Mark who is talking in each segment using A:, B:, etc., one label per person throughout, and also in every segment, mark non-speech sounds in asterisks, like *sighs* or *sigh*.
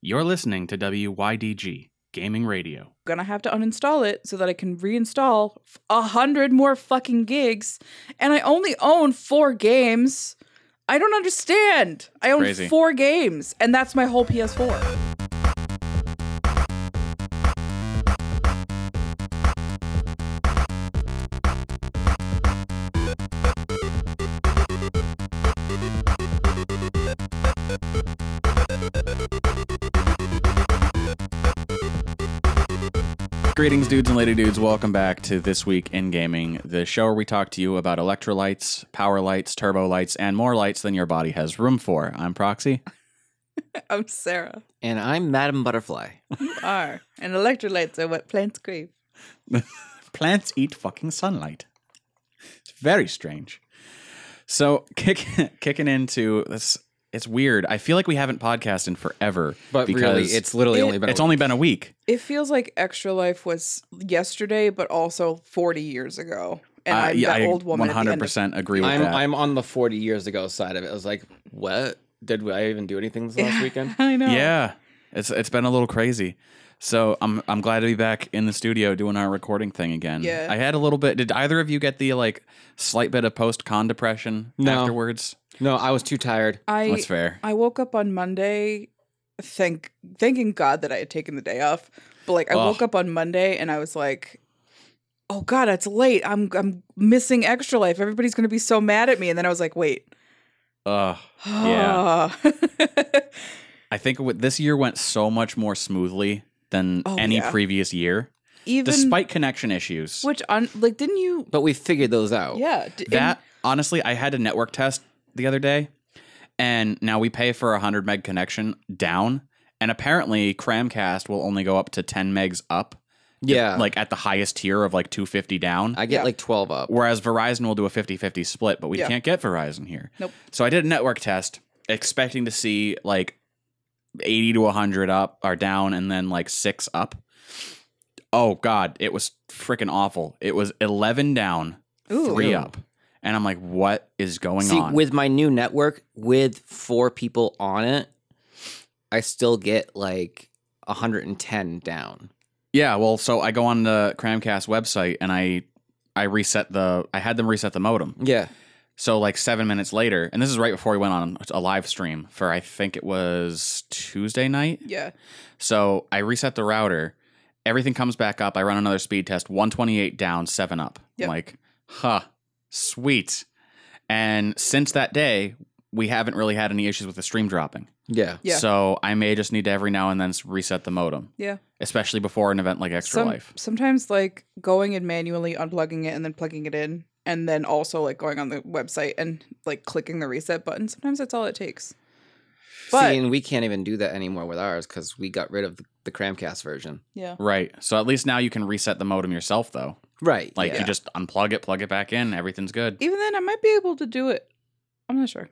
A: You're listening to WYDG Gaming Radio.
B: gonna have to uninstall it so that I can reinstall f- a hundred more fucking gigs. And I only own four games. I don't understand. I own
A: Crazy.
B: four games, and that's my whole PS4.
A: Greetings, dudes and lady dudes. Welcome back to This Week in Gaming, the show where we talk to you about electrolytes, power lights, turbo lights, and more lights than your body has room for. I'm Proxy.
B: *laughs* I'm Sarah.
C: And I'm Madam Butterfly.
B: You are. And electrolytes are what plants crave.
A: *laughs* Plants eat fucking sunlight. It's very strange. So, kick, *laughs* kicking into this, it's weird. I feel like we haven't podcasted in forever.
C: But really,
A: because
C: it's literally
B: it-
C: only been.
A: it's
C: a
A: only been a week.
B: It feels like Extra Life was yesterday, but also 40 years ago. And
A: Uh,
B: I'm
A: yeah,
B: that
A: I
B: old woman. 100%.
A: 100% agree with
C: I'm
A: that.
C: I'm on the 40 years ago side of it. I was like, what did we- I even do anything this
B: *laughs*
C: last weekend?
B: I know.
A: Yeah, it's it's been a little crazy. So I'm I'm glad to be back in the studio doing our recording thing again.
B: Yeah.
A: I had a little bit. Did either of you get the like slight bit of post con depression
C: No.
A: afterwards?
C: No, I was too tired.
B: I,
A: That's fair.
B: I woke up on Monday, thank thanking God that I had taken the day off. But like, I
A: Ugh.
B: woke up on Monday and I was like, "Oh God, it's late. I'm I'm missing extra life. Everybody's gonna be so mad at me." And then I was like, "Wait,
A: Ugh.
B: yeah,
A: I think what- this year went so much more smoothly than
B: Oh,
A: any
B: yeah.
A: previous year,
B: *sighs* even
A: despite connection issues.
B: which on like didn't you?
C: But we figured those out.
B: Yeah, d- and-
A: Oh, that honestly, I had a network test the other day, and now we pay for a hundred meg connection down, and apparently Cramcast will only go up to ten megs up.
C: Yeah.
A: like at the highest tier of like 250 down
C: I get
B: Yeah.
C: like 12 up.
A: whereas verizon will do a 50-50 split but we
B: Yeah.
A: can't get verizon here
B: Nope.
A: so i did a network test expecting to see like 80 to 100 up or down and then like 6 up oh god it was freaking awful it was 11 down
B: Ooh.
A: 3 up and i'm like what is going
C: See,
A: on
C: with my new network with four people on it, I still get like 110 down.
A: Yeah, well, so I go on the Cramcast website and I I reset the I had them reset the modem.
C: Yeah.
A: So like seven minutes later, and this is right before we went on a live stream for I think it was Tuesday night.
B: yeah,
A: So I reset the router, everything comes back up. I run another speed test, one twenty eight down, seven up. I'm
B: Yep.
A: like, huh, sweet. And since that day, we haven't really had any issues with the stream dropping.
C: Yeah.
B: Yeah.
A: So I may just need to every now and then s- reset the modem,
B: yeah.
A: especially before an event like Extra
B: Some-
A: Life.
B: Sometimes like going and manually unplugging it and then plugging it in, and then also like going on the website and like clicking the reset button. Sometimes that's all it takes. But-
C: See, and we can't even do that anymore with ours because we got rid of the, the Cramcast version.
B: Yeah.
A: Right. So at least now you can reset the modem yourself, though.
C: Right.
A: Like
C: yeah.
A: you just unplug it, plug it back in, everything's good.
B: Even then, I might be able to do it. I'm not sure.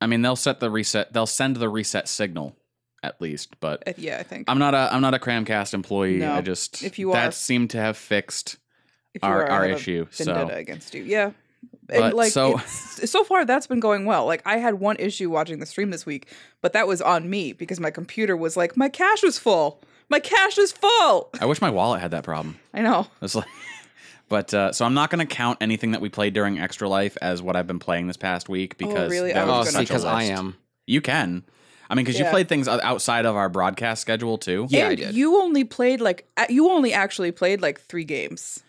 A: I mean, they'll set the reset. They'll send the reset signal, at least. But
B: Uh, Yeah, I think.
A: I'm not a I'm not a Cramcast employee.
B: No.
A: I just
B: If you
A: that
B: are-
A: seemed to have fixed
B: if you
A: our
B: are, I
A: our
B: have a
A: issue.
B: vendetta
A: So
B: against you. Yeah.
A: But,
B: and like
A: so-
B: so, so far that's been going well. Like I had one issue watching the stream this week, but that was on me because my computer was like, my cache is full. My cache is full.
A: I wish my wallet had that problem. *laughs*
B: I know.
A: It's like, but uh, so I'm not going to count anything that we played during Extra Life as what I've been playing this past week because
B: really?
A: that
B: I
C: oh,
A: was
B: was
C: see,
A: such a
C: because I
A: list.
C: am.
A: You can. I mean, because you
B: Yeah.
A: played things o- outside of our broadcast schedule too.
C: Yeah, I
B: and
C: did.
B: you only played like a- you only actually played like three games.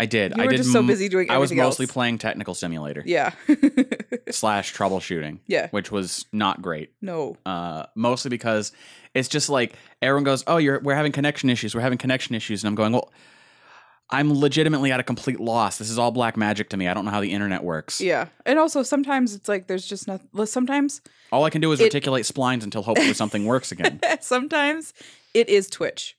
A: I did.
B: You
A: I
B: were
A: did
B: just so
A: m-
B: busy doing
A: I was
B: everything
A: mostly
B: else.
A: playing Technical Simulator
B: Yeah. *laughs*
A: slash troubleshooting,
B: yeah.
A: which was not great.
B: No.
A: Uh, mostly because it's just like everyone goes, "Oh, you're we're having connection issues. We're having connection issues," and I'm going, "Well, I'm legitimately at a complete loss. This is all black magic to me. I don't know how the internet works.
B: Yeah. And also sometimes it's like there's just nothing. Sometimes
A: All I can do is
B: It-
A: reticulate splines until
B: *laughs*
A: hopefully something works again.
B: sometimes it is Twitch.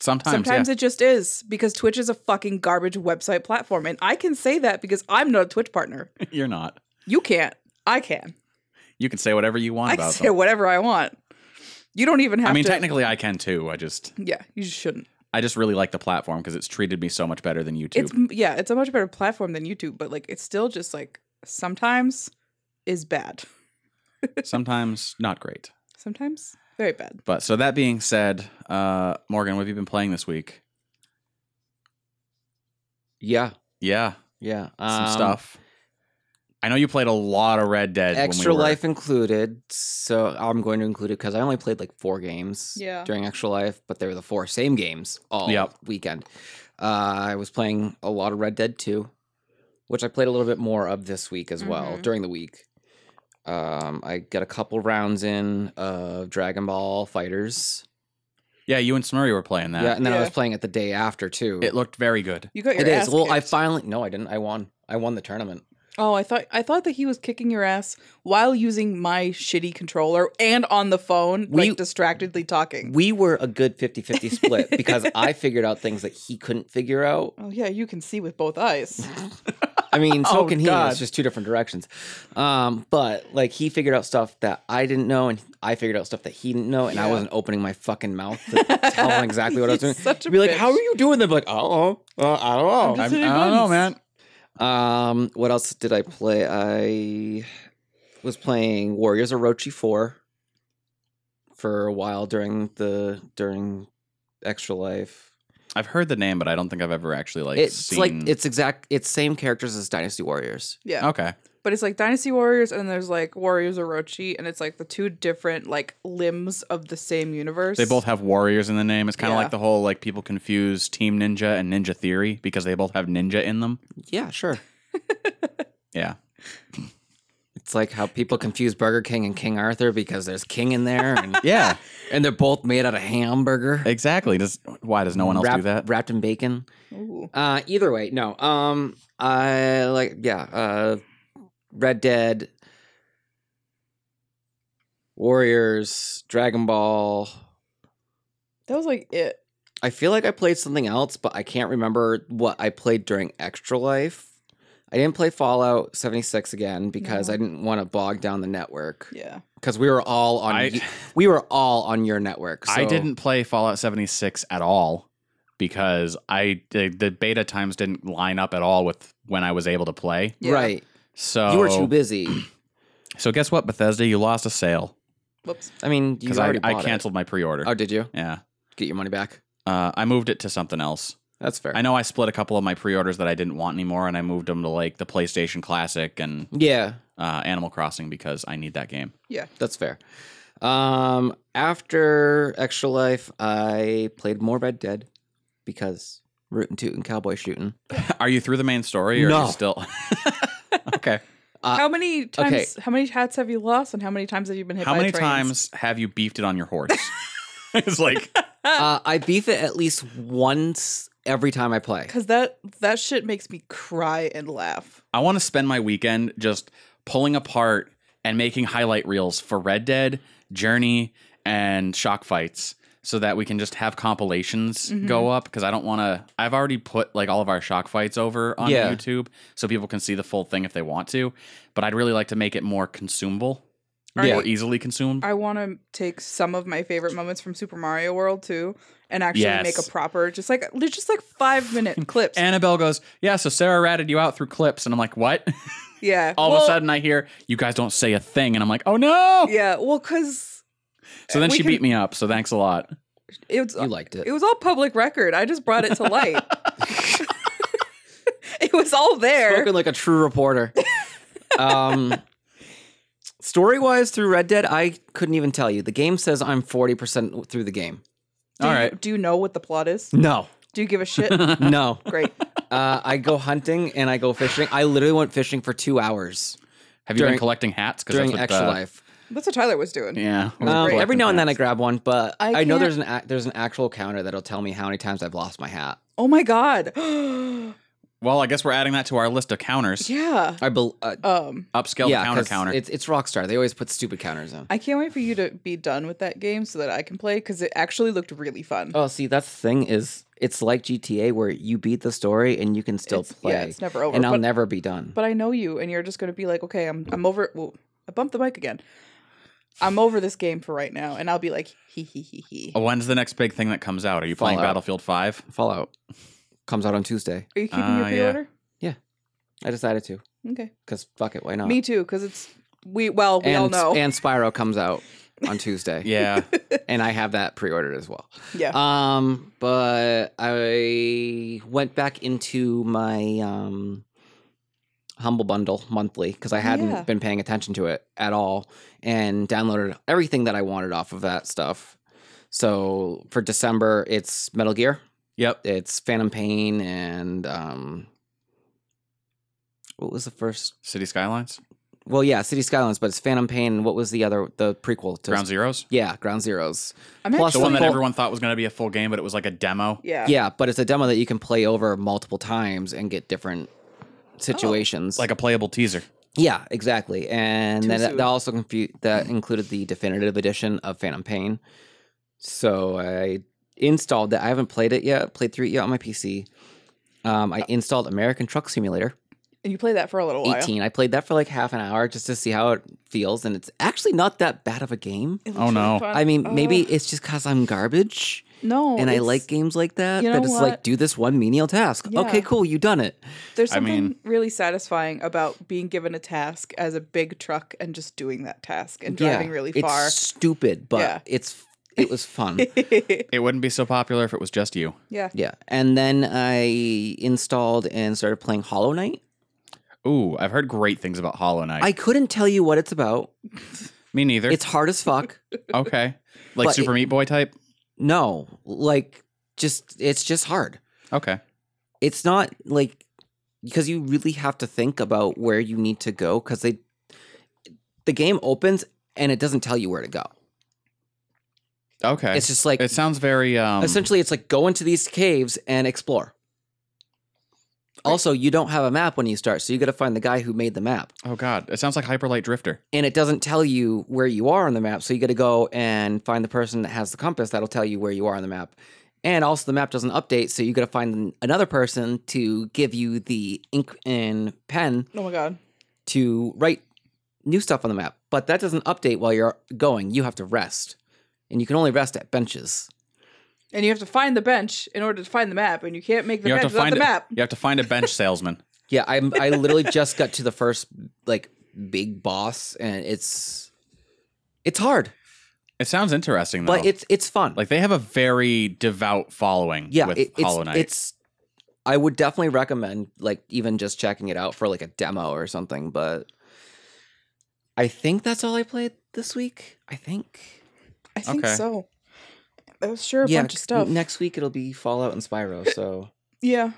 A: Sometimes, *laughs*
B: Sometimes
A: yeah.
B: it just is because Twitch is a fucking garbage website platform. And I can say that because I'm not a Twitch partner.
A: you're not.
B: You can't. I can.
A: You can say whatever you want
B: I can
A: about
B: say
A: them.
B: whatever I want. You don't even have
A: I mean,
B: to.
A: technically, I can too. I just,
B: Yeah, you just shouldn't.
A: I just really like the platform because it's treated me so much better than YouTube.
B: It's yeah, it's a much better platform than YouTube, but like it's still just like sometimes is bad. *laughs*
A: Sometimes not great.
B: Sometimes Very bad.
A: But so that being said, uh, Morgan, what have you been playing this week?
C: Yeah,
A: Yeah,
C: yeah.
A: some
C: Um,
A: stuff. I know you played a lot of Red Dead.
C: Extra
A: when we were-
C: Life included. So I'm going to include it because I only played like four games
B: Yeah.
C: during Extra Life, but they were the four same games all
A: Yep.
C: weekend. Uh, I was playing a lot of Red Dead 2, which I played a little bit more of this week as well
B: Mhm.
C: during the week. Um, I got a couple rounds in of Dragon Ball Fighters.
A: Yeah, you and Smurry were playing that.
C: Yeah, and then I was
B: Yeah.
C: playing it the day after too.
A: It looked very good.
B: You got your
C: it
B: ass
C: is. Well, I
B: kicked.
C: finally no, I didn't. I won. I won the tournament.
B: Oh, I thought I thought that he was kicking your ass while using my shitty controller and on the phone,
C: We-
B: like distractedly talking.
C: We were a good 50-50
B: *laughs*
C: split because I figured out things that he couldn't figure out.
B: oh yeah, you can see with both eyes. *laughs*
C: I mean, so
A: Oh,
C: can he.
A: God.
C: It's just two different directions. Um, but like he figured out stuff that I didn't know, and I figured out stuff that he didn't know, and I
B: Yeah.
C: wasn't opening my fucking mouth to *laughs* tell him
B: *laughs*
C: exactly what I was doing.
B: He's such a
C: Be like,
B: bitch.
C: how are you doing? They're like, oh, uh, I don't
B: I'm
C: know.
A: I'm-
B: just
A: I
B: hitting
A: don't know,
B: buttons.
A: man.
C: Um, what else did I play? I was playing Warriors Orochi Four for a while during the during Extra Life.
A: I've heard the name, but I don't think I've ever actually like
C: it's
A: seen.
C: like it's exact. It's same characters as Dynasty Warriors.
B: Yeah.
A: okay.
B: But it's like Dynasty Warriors and there's like Warriors Orochi and it's like the two different like limbs of the same universe.
A: They both have warriors in the name. It's kind of
B: Yeah.
A: like the whole like people confuse Team Ninja and Ninja Theory because they both have ninja in them.
C: Yeah, sure.
A: Yeah.
C: It's like how people confuse Burger King and King Arthur because there's King in there, and,
A: *laughs* Yeah.
C: and they're both made out of hamburger.
A: exactly. Does why does no one else do
C: wrapped-
A: that?
C: Wrapped in bacon.
B: Ooh.
C: Uh, either way, no. Um, I like yeah. Uh, Red Dead, Warriors, Dragon Ball.
B: That was like it.
C: I feel like I played something else, but I can't remember what I played during Extra Life. I didn't play Fallout 76 again because
B: No.
A: Mm-hmm.
C: I didn't want to bog down the network
B: Yeah.
C: because we were all on
A: I-
C: y- we were all on your network. So
A: I didn't play Fallout 76 at all because I the, the beta times didn't line up at all with when I was able to play.
B: Yeah.
C: right.
A: So
C: You were too busy.
A: So guess what, Bethesda, you lost a sale
B: Whoops.
C: I
A: *clears throat*
C: mean, you
A: because I,
C: already
A: I
C: bought it.
A: canceled my pre-order.
C: Oh, did you
A: yeah,
C: get your money back?
A: uh, I moved it to something else.
C: That's fair.
A: I know I split a couple of my pre-orders that I didn't want anymore, and I moved them to like the PlayStation Classic and
C: Yeah.
A: uh, Animal Crossing because I need that game. *laughs*
C: That's fair. Um, after Extra Life, I played more Red Dead because rootin' tootin' cowboy shooting.
A: Are you through the main story? Or Are
C: No.
A: you
C: *laughs*
A: still okay.
C: Uh,
B: how many times how many hats have you lost and how many times have you been hit
A: How
B: by
A: many
B: trains?
A: times have you beefed it on your
C: *laughs*
A: horse? *laughs* it's like
C: Uh, I beef it at least once every time I play.
B: Cuz that that shit makes me cry and laugh.
A: I want to spend my weekend just pulling apart and making highlight reels for Red Dead, Journey, and Shock Fights so that we can just have compilations
B: Mhm.
A: go up because I don't want to I've already put like all of our shock fights over on
C: Yeah.
A: YouTube so people can see the full thing if they want to, but I'd really like to make it more consumable
B: Are
A: or
B: Yeah.
A: easily consumed.
B: I want to take some of my favorite moments from Super Mario World too and actually
A: Yes.
B: make a proper just like just like 5
C: *laughs*
B: minute clips.
A: Annabelle goes, "Yeah, so Sarah ratted you out through clips." And I'm like, "What?" *laughs*
B: yeah.
A: all of a
B: Well,
A: sudden I hear, "You guys don't say a thing." And I'm like, "Oh no."
B: Yeah, well cuz
A: So then
B: We
A: she
B: can-
A: beat me up. So thanks a lot.
B: it was
C: You liked it.
B: It was all public record. I just brought it to
C: *laughs*
B: light. it was all there.
C: Spoken like a true reporter. um, story wise, through Red Dead, I couldn't even tell you. The game says I'm 40% through the game.
B: Do
A: All
B: you-
A: right.
B: do you know what the plot is?
C: No, *laughs*
B: Do you give a shit?
C: no.
B: Great.
C: Uh, I go hunting and I go fishing. I literally went fishing for two hours
A: Have you
C: During-
A: been collecting hats? 'Cause
C: during
A: what uh,
C: Extra
A: the-
C: Life.
B: That's what Tyler was doing.
A: Yeah. we were
C: Um,
A: collecting
C: every now and then I
A: hats.
C: grab one, but
B: I
C: I, know
B: can't-
C: there's an ac there's an actual counter that'll tell me how many times I've lost my hat.
B: Oh my god. *gasps*
A: Well, I guess we're adding that to our list of counters.
B: yeah.
C: I bel uh,
B: Um
A: Upscale
C: yeah,
A: counter
C: 'cause
A: counter.
C: It's it's Rockstar. They always put stupid counters in.
B: I can't wait for you to be done with that game so that I can play because it actually looked really fun.
C: oh, see, that's the thing is it's like GTA where you beat the story and you can still
B: It's-
C: play,
B: Yeah, it's never over.
C: and I'll
B: but,
C: never be done.
B: but I know you, and you're just gonna be like, okay, I'm I'm over. Whoa, I bumped the mic again. I'm over this game for right now, and I'll be like, hee hee hee hee.
A: Uh, When's the next big thing that comes out? Are you playing
C: Fallout.
A: Battlefield
C: *laughs*
A: 5?
C: Fallout comes out on Tuesday.
B: Are you keeping your
C: Uh,
A: Ah, yeah.
B: pre-order?
C: I decided to
B: Okay.
C: because fuck it, why not?
B: Me too, because it's we. Well, we
C: and
B: all know. *laughs*
C: and Spyro comes out. on Tuesday.
A: Yeah.
C: And I have that pre ordered as well.
B: Yeah.
C: Um, but I went back into my um Humble Bundle monthly because I hadn't
B: Yeah.
C: been paying attention to it at all and downloaded everything that I wanted off of that stuff. So for December, it's Metal Gear,
A: yep.
C: it's Phantom Pain, and um, what was the first?
A: City Skylines,
C: Well, yeah, City Skylines, but it's Phantom Pain. and What was the other? The prequel to
A: Ground Zeroes,
C: Yeah, Ground Zeroes.
B: I'm
C: plus
A: the
C: So
A: one that
C: full-
A: everyone thought was going to be a full game, but it was like a demo.
B: yeah.
C: Yeah, but it's a demo that you can play over multiple times and get different
B: Oh,
C: situations.
A: Like a playable teaser.
C: yeah, exactly. And
B: Too
C: then that,
B: soon.
C: that also confu- that included the definitive edition of Phantom Pain. So I installed that. I haven't played it yet. Played through it yet on my PC. Um,
B: Uh,
C: I installed American Truck Simulator
B: And you play that for a little while.
C: 18. I played that for like half an hour just to see how it feels, and it's actually not that bad of a game.
B: It looks
A: Oh,
B: really
A: no.
B: fun.
C: I mean, maybe
B: Ugh.
C: it's just because I'm garbage
B: no.
C: and I
B: Uh, oh. it's-
C: like games like that.
B: you
C: that
B: know
C: it's
B: what?
C: like do this one menial task.
B: Yeah.
C: Okay, cool, you done it.
B: There's
A: I
B: something
A: mean-
B: really satisfying about being given a task as a big truck and just doing that task and driving really
C: it's
B: far. *laughs*
C: stupid, but
B: Yeah.
C: it's it
B: *laughs*
C: was fun.
A: It wouldn't be so popular if it was just you.
B: yeah.
C: yeah, and then I installed and started playing Hollow Knight.
A: Ooh, I've heard great things about Hollow Knight.
C: I couldn't tell you what it's about.
A: Me neither.
C: It's hard as fuck.
A: okay. Like
C: But
A: Super
C: it-
A: Meat Boy type.
C: no, like just it's just hard.
A: Okay.
C: It's not like because you really have to think about where you need to go because they the game opens and it doesn't tell you where to go.
A: Okay.
C: It's just like
A: it sounds very um
C: essentially it's like go into these caves and explore also you don't have a map when you start so you got to find the guy who made the map
A: Oh god, it sounds like Hyperlight Drifter.
C: and it doesn't tell you where you are on the map so you got to go and find the person that has the compass that'll tell you where you are on the map and also the map doesn't update so you got to find another person to give you the ink and pen
B: Oh my god.
C: to write new stuff on the map, but that doesn't update while you're going. You have to rest, and you can only rest at benches.
B: And you have to find the bench in order to find the map, and you can't make the
A: You have
B: bench
A: to
B: without
A: find
B: the
A: a-
B: map.
A: You have to find a
C: *laughs*
A: bench salesman.
C: Yeah, I am
B: *laughs*
C: I literally just got to the first like big boss, and it's it's hard,
A: It sounds interesting though.
C: but it's it's fun.
A: like they have a very devout following
C: yeah,
A: with
C: it- it's,
A: Hollow Knight.
C: it's I would definitely recommend like even just checking it out for like a demo or something. But I think that's all I played this week. I think.
B: I think
A: Okay.
B: so. That was sure a bunch of
C: c-
B: stuff.
C: Next week it'll be Fallout and Spyro,
B: *laughs*
C: so
B: yeah.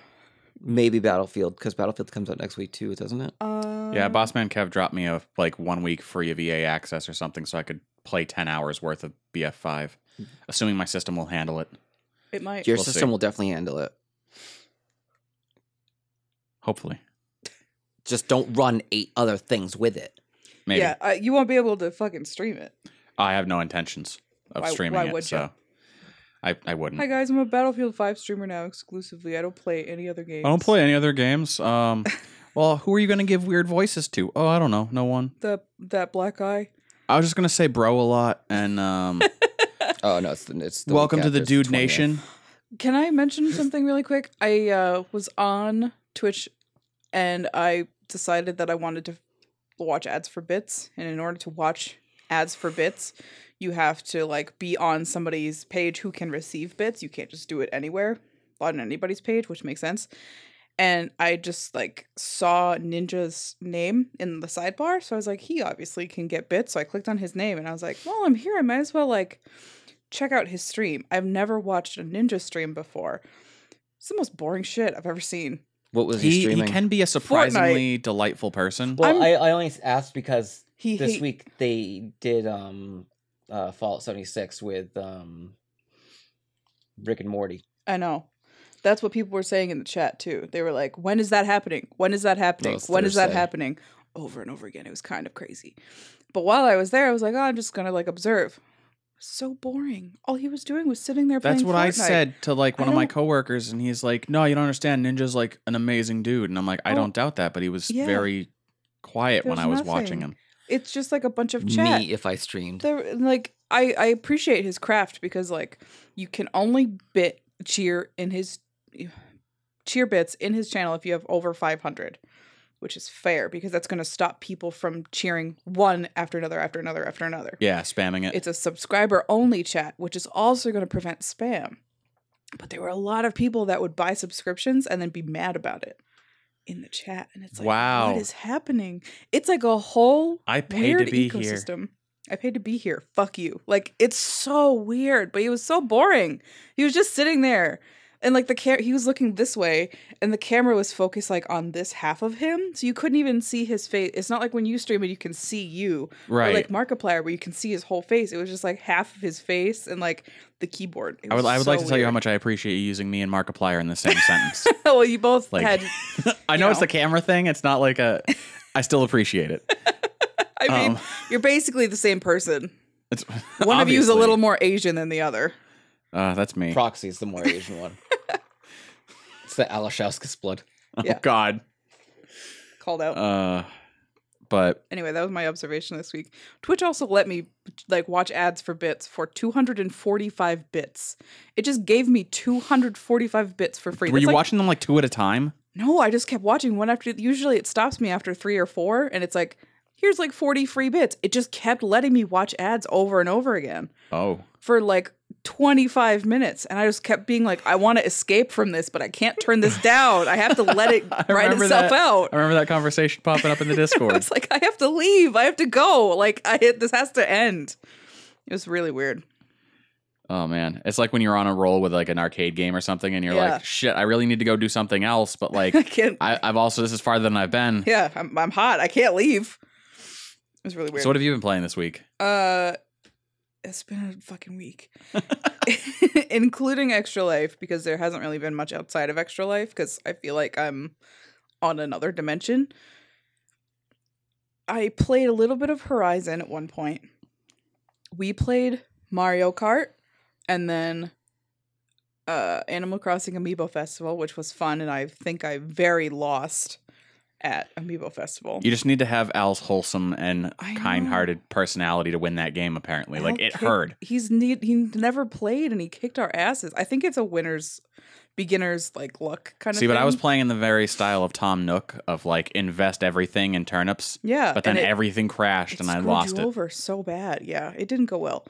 C: maybe Battlefield because Battlefield comes out next week too, doesn't it?
B: Um,
A: yeah, Bossman Kev dropped me a like one week free of EA access or something so I could play ten hours worth of BF5.
B: Mm-hmm.
A: Assuming my system will handle it.
B: It might.
C: Your
A: We'll
C: system
A: see.
C: will definitely handle it.
A: Hopefully.
C: Just don't run eight other things with it.
A: Maybe.
B: Yeah, uh, you won't be able to fucking stream it.
A: I have no intentions of
B: Why-
A: streaming
B: why
A: it,
B: would
A: so
B: ya?
A: I, I wouldn't.
B: Hi guys, I'm a Battlefield 5 streamer now exclusively. I don't play any other games.
A: I don't play any other games.
B: *laughs*
A: Um, well, who are you going to give weird voices to? Oh, I don't know. No one.
B: the that black eye.
A: I was just going to say bro a lot and
B: *laughs*
A: um,
C: *laughs* Oh no, it's the, it's the
A: welcome
C: week
A: to the
C: after,
A: Dude
C: it's 20th.
A: Nation.
B: Can I mention something really quick? I uh, was on Twitch and I decided that I wanted to watch ads for bits. And in order to watch ads for bits, you have to like be on somebody's page who can receive bits. You can't just do it anywhere on anybody's page, which makes sense. And I just like saw Ninja's name in the sidebar. So I was like, he obviously can get bits. So I clicked on his name and I was like, well, I'm here. I might as well like check out his stream. I've never watched a ninja stream before. It's the most boring shit I've ever seen.
C: What was he,
A: He, he
C: streaming?
A: can be a surprisingly delightful person.
B: Well,
C: I, I only asked because
B: He hate-
C: week they did um uh Fallout seventy six with um Rick and Morty.
B: I know. That's what people were saying in the chat too. They were like, "When is that happening? When is that happening?
C: it's
B: when is that
C: Thursday.
B: happening?" Over and over again. It was kind of crazy. But while I was there, I was like, "Oh, I'm just gonna like observe." So boring. All he was doing was sitting there.
A: That's
B: playing
A: what I
B: Fortnite.
A: said to like one
B: I
A: of my
B: don't-
A: coworkers, and he's like, "No, you don't understand. Ninja's like an amazing dude," and I'm like, "I
B: Oh,
A: don't doubt that," but he was
B: yeah.
A: very quiet when
B: There's
A: I was
B: nothing.
A: watching him.
B: It's just like a bunch of chat.
C: Me if I streamed.
B: There, and, like I, I appreciate his craft because like you can only bit cheer in his cheer bits in his channel if you have over 500 which is fair because that's going to stop people from cheering one after another after another after another.
A: Yeah, spamming it.
B: It's a subscriber only chat, which is also going to prevent spam. But there were a lot of people that would buy subscriptions and then be mad about it in the chat. And it's like,
A: Wow.
B: what is happening? It's like a whole
A: I paid to
B: weird
A: be here.
B: ecosystem. I paid to be here. Fuck you. Like it's so weird, but he was so boring. He was just sitting there, and like the camera, he was looking this way, and the camera was focused like on this half of him, so you couldn't even see his face. It's not like when you stream and you can see you,
A: Right.
B: or like Markiplier where you can see his whole face. It was just like half of his face and like the keyboard. It
A: I would,
B: was
A: I would like
B: so
A: to tell you how
B: weird.
A: much I appreciate you using me and Markiplier in the
B: *laughs*
A: same sentence.
B: well, you both
A: Like-
B: had.
A: I know,
B: You
A: it's
B: know.
A: the camera thing. It's not like
B: *laughs*
A: a. I still appreciate it.
B: I mean,
A: Um,
B: you're basically the
A: *laughs*
B: same person.
A: It's,
B: *laughs* One of you is a
A: obviously.
B: little more Asian than the other.
A: Uh, that's me.
C: Proxy's the more Asian one. it's the Alashowskis blood.
B: yeah.
A: Oh God.
B: Called out.
A: Uh, but
B: anyway, that was my observation this week. Twitch also let me like watch ads for bits for 245 bits. It just gave me 245 bits for free.
A: were
B: That's
A: you
B: like-
A: watching them like two at a time?
B: No, I just kept watching one after. Usually, it stops me after three or four, and it's like, here's like 40 free bits. It just kept letting me watch ads over and over again
A: Oh,
B: for like 25 minutes, and I just kept being like, I want to escape from this, but I can't
A: *laughs*
B: turn this down. I have to let it
A: I
B: write
A: remember
B: itself
A: that.
B: out.
A: I remember that conversation popping
B: *laughs*
A: up in the
B: I
A: Discord.
B: was like, I have to leave. I have to go. Like, I this has to end. It was really weird. *laughs*
A: oh man, it's like when you're on a roll with like an arcade game or something, and you're
B: Yeah.
A: like, shit, I really need to go do something else. But
B: *laughs*
A: like,
B: I can't.
A: I, I've also this is farther than I've been.
B: yeah, I'm, I'm hot. I can't leave. It was really weird.
A: So what have you been playing this week?
B: uh, it's been a fucking week, *laughs* including Extra Life because there hasn't really been much outside of Extra Life because I feel like I'm on another dimension. I played a little bit of Horizon at one point. We played Mario Kart and then uh Animal Crossing Amiibo Festival, which was fun and I think I very lost at Amiibo Festival.
A: You just need to have Al's wholesome and
B: I know.
A: kind-hearted personality to win that game. Apparently, like
B: Al
A: it
B: kick-
A: heard.
B: He's need he never played and he kicked our asses. I think it's a winner's beginner's like luck kind of
A: See, but I was
B: thing.
A: playing in the very style of Tom Nook of like invest everything in turnips,
B: yeah,
A: but then
B: Uh, and it-
A: everything crashed and I
B: screwed
A: lost
B: you
A: it.
B: over so bad. Yeah, it didn't go well.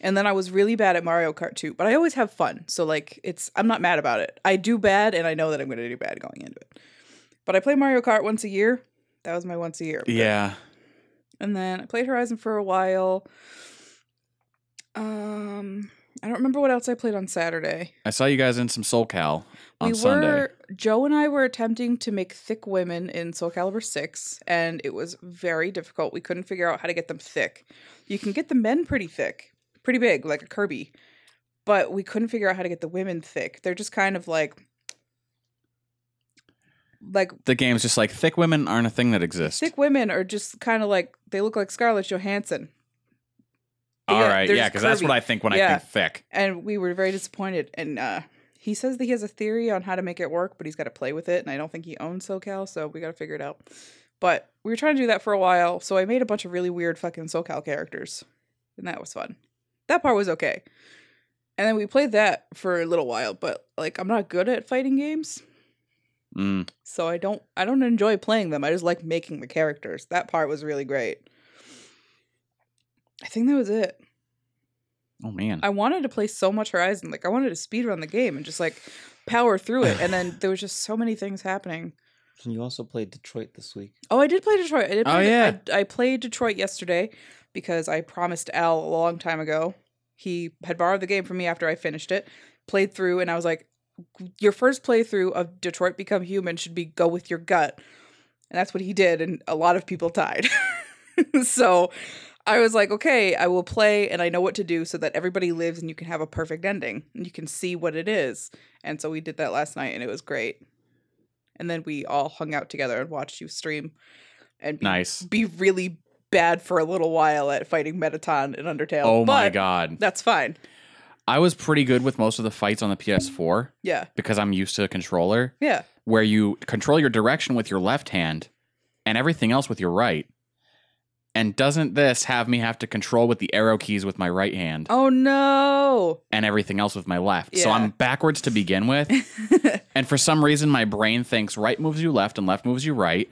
B: And then I was really bad at Mario Kart 2, but I always have fun. So like it's I'm not mad about it. I do bad and I know that I'm going to do bad going into it. But I play Mario Kart once a year. That was my once a year.
A: Yeah,
B: And then I played Horizon for a while. Um I don't remember what else I played on Saturday.
A: I saw you guys in some SoulCal on
B: we
A: Sunday.
B: were Joe and I were attempting to make thick women in Soul Calibur 6 and it was very difficult. We couldn't figure out how to get them thick. You can get the men pretty thick, pretty big like a Kirby, but we couldn't figure out how to get the women thick. They're just kind of like like
A: The game's just like thick women aren't a thing that exists.
B: thick women are just kind of like they look like Scarlett Johansson.
A: All
B: yeah,
A: right,
B: they're
A: yeah,
B: just
A: because that's what
B: curvy.
A: I think when I
B: Yeah.
A: think thick.
B: and we were very disappointed and uh he says that he has a theory on how to make it work but he's got to play with it and i don't think he owns socal so we got to figure it out but we were trying to do that for a while so i made a bunch of really weird fucking socal characters and that was fun that part was okay and then we played that for a little while but like i'm not good at fighting games
A: Mm.
B: so i don't i don't enjoy playing them i just like making the characters that part was really great i think that was it
A: Oh man,
B: I wanted to play so much Horizon. Like I wanted to speedrun the game and just like power through it.
A: *sighs*
B: And then there was just so many things happening.
C: And you also played Detroit this week.
B: Oh, I did play Detroit. I did
A: Oh,
B: play
A: yeah.
B: I, I played Detroit yesterday because I promised Al a long time ago. He had borrowed the game from me after I finished it, played through, and I was like, your first playthrough of Detroit Become Human should be go with your gut. And that's what he did, and a lot of people died. *laughs* so I was like, okay, I will play and I know what to do so that everybody lives and you can have a perfect ending and you can see what it is. And so we did that last night and it was great. And then we all hung out together and watched you stream and be,
A: nice.
B: be really bad for a little while at fighting Metaton in Undertale.
A: Oh my
B: but
A: god,
B: That's fine.
A: I was pretty good with most of the fights on the PS4
B: Yeah.
A: because I'm used to a controller
B: Yeah.
A: where you control your direction with your left hand and everything else with your right. And doesn't this have me have to control with the arrow keys with my right hand?
B: Oh no. *laughs*
A: and everything else with my left. So
B: Yeah.
A: I'm backwards to begin with. and for some reason, my brain thinks right moves you left and left moves you right.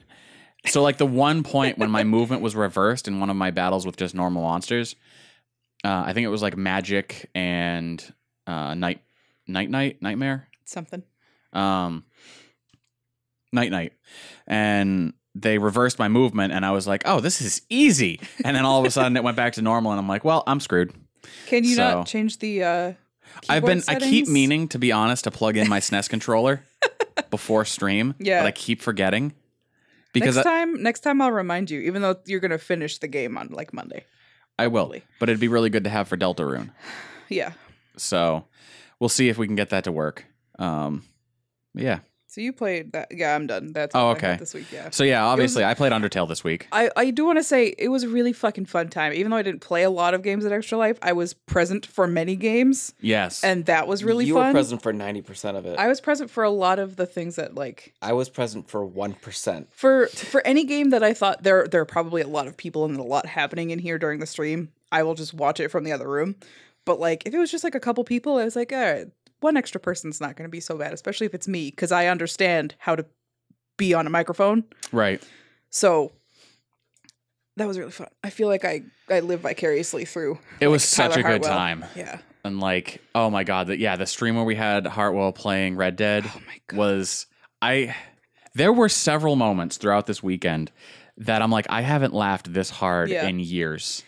A: So like the one point when my movement was reversed in one of my battles with just normal monsters, uh, I think it was like magic and uh, night, night, night, nightmare,
B: Something.
A: um, night, night, and they reversed my movement, and I was like, oh, this is easy, and then all of a sudden it went back to normal, and I'm like, well, I'm screwed.
B: Can you not
A: So-
B: change the? uh
A: I've been,
B: keyboard
A: I keep
B: settings?
A: meaning to be honest to plug in my SNES
B: *laughs*
A: controller before stream,
B: Yeah.
A: but I keep forgetting because I,
B: next time, next time I'll remind you. Even though you're gonna finish the game on like Monday.
A: I will,
B: Probably.
A: but it'd be really good to have for Deltarune.
B: Yeah.
A: So we'll see if we can get that to work. Um, yeah.
B: So you played that? Yeah, I'm done. That's
A: Oh,
B: all I had
A: okay.
B: This week, yeah.
A: So yeah, obviously I played Undertale this week.
B: I, I do want to say it was a really fucking fun time. Even though I didn't play a lot of games at Extra Life, I was present for many games,
A: Yes.
B: and that was really
C: you
B: fun.
C: were present for 90% of it.
B: I
C: I,
B: was present for a lot of the things that like
C: was present for 1%.
B: for for any game that I thought there there are probably a lot of people and a lot happening in here during the stream. I will just watch it from the other room. But like if it was just like a couple people, I was like, all right, one extra person's not going to be so bad, especially if it's me because I understand how to be on a microphone.
A: right.
B: So that was really fun. I feel like I I live vicariously through.
A: It was
B: Tyler
A: such a good
B: Hartwell.
A: time.
B: Yeah.
A: And like, oh my god, that yeah, the stream where we had Hartwell playing Red Dead
B: Oh my god.
A: was I there were several moments throughout this weekend that I'm like, I haven't laughed this hard
B: Yeah.
A: in years.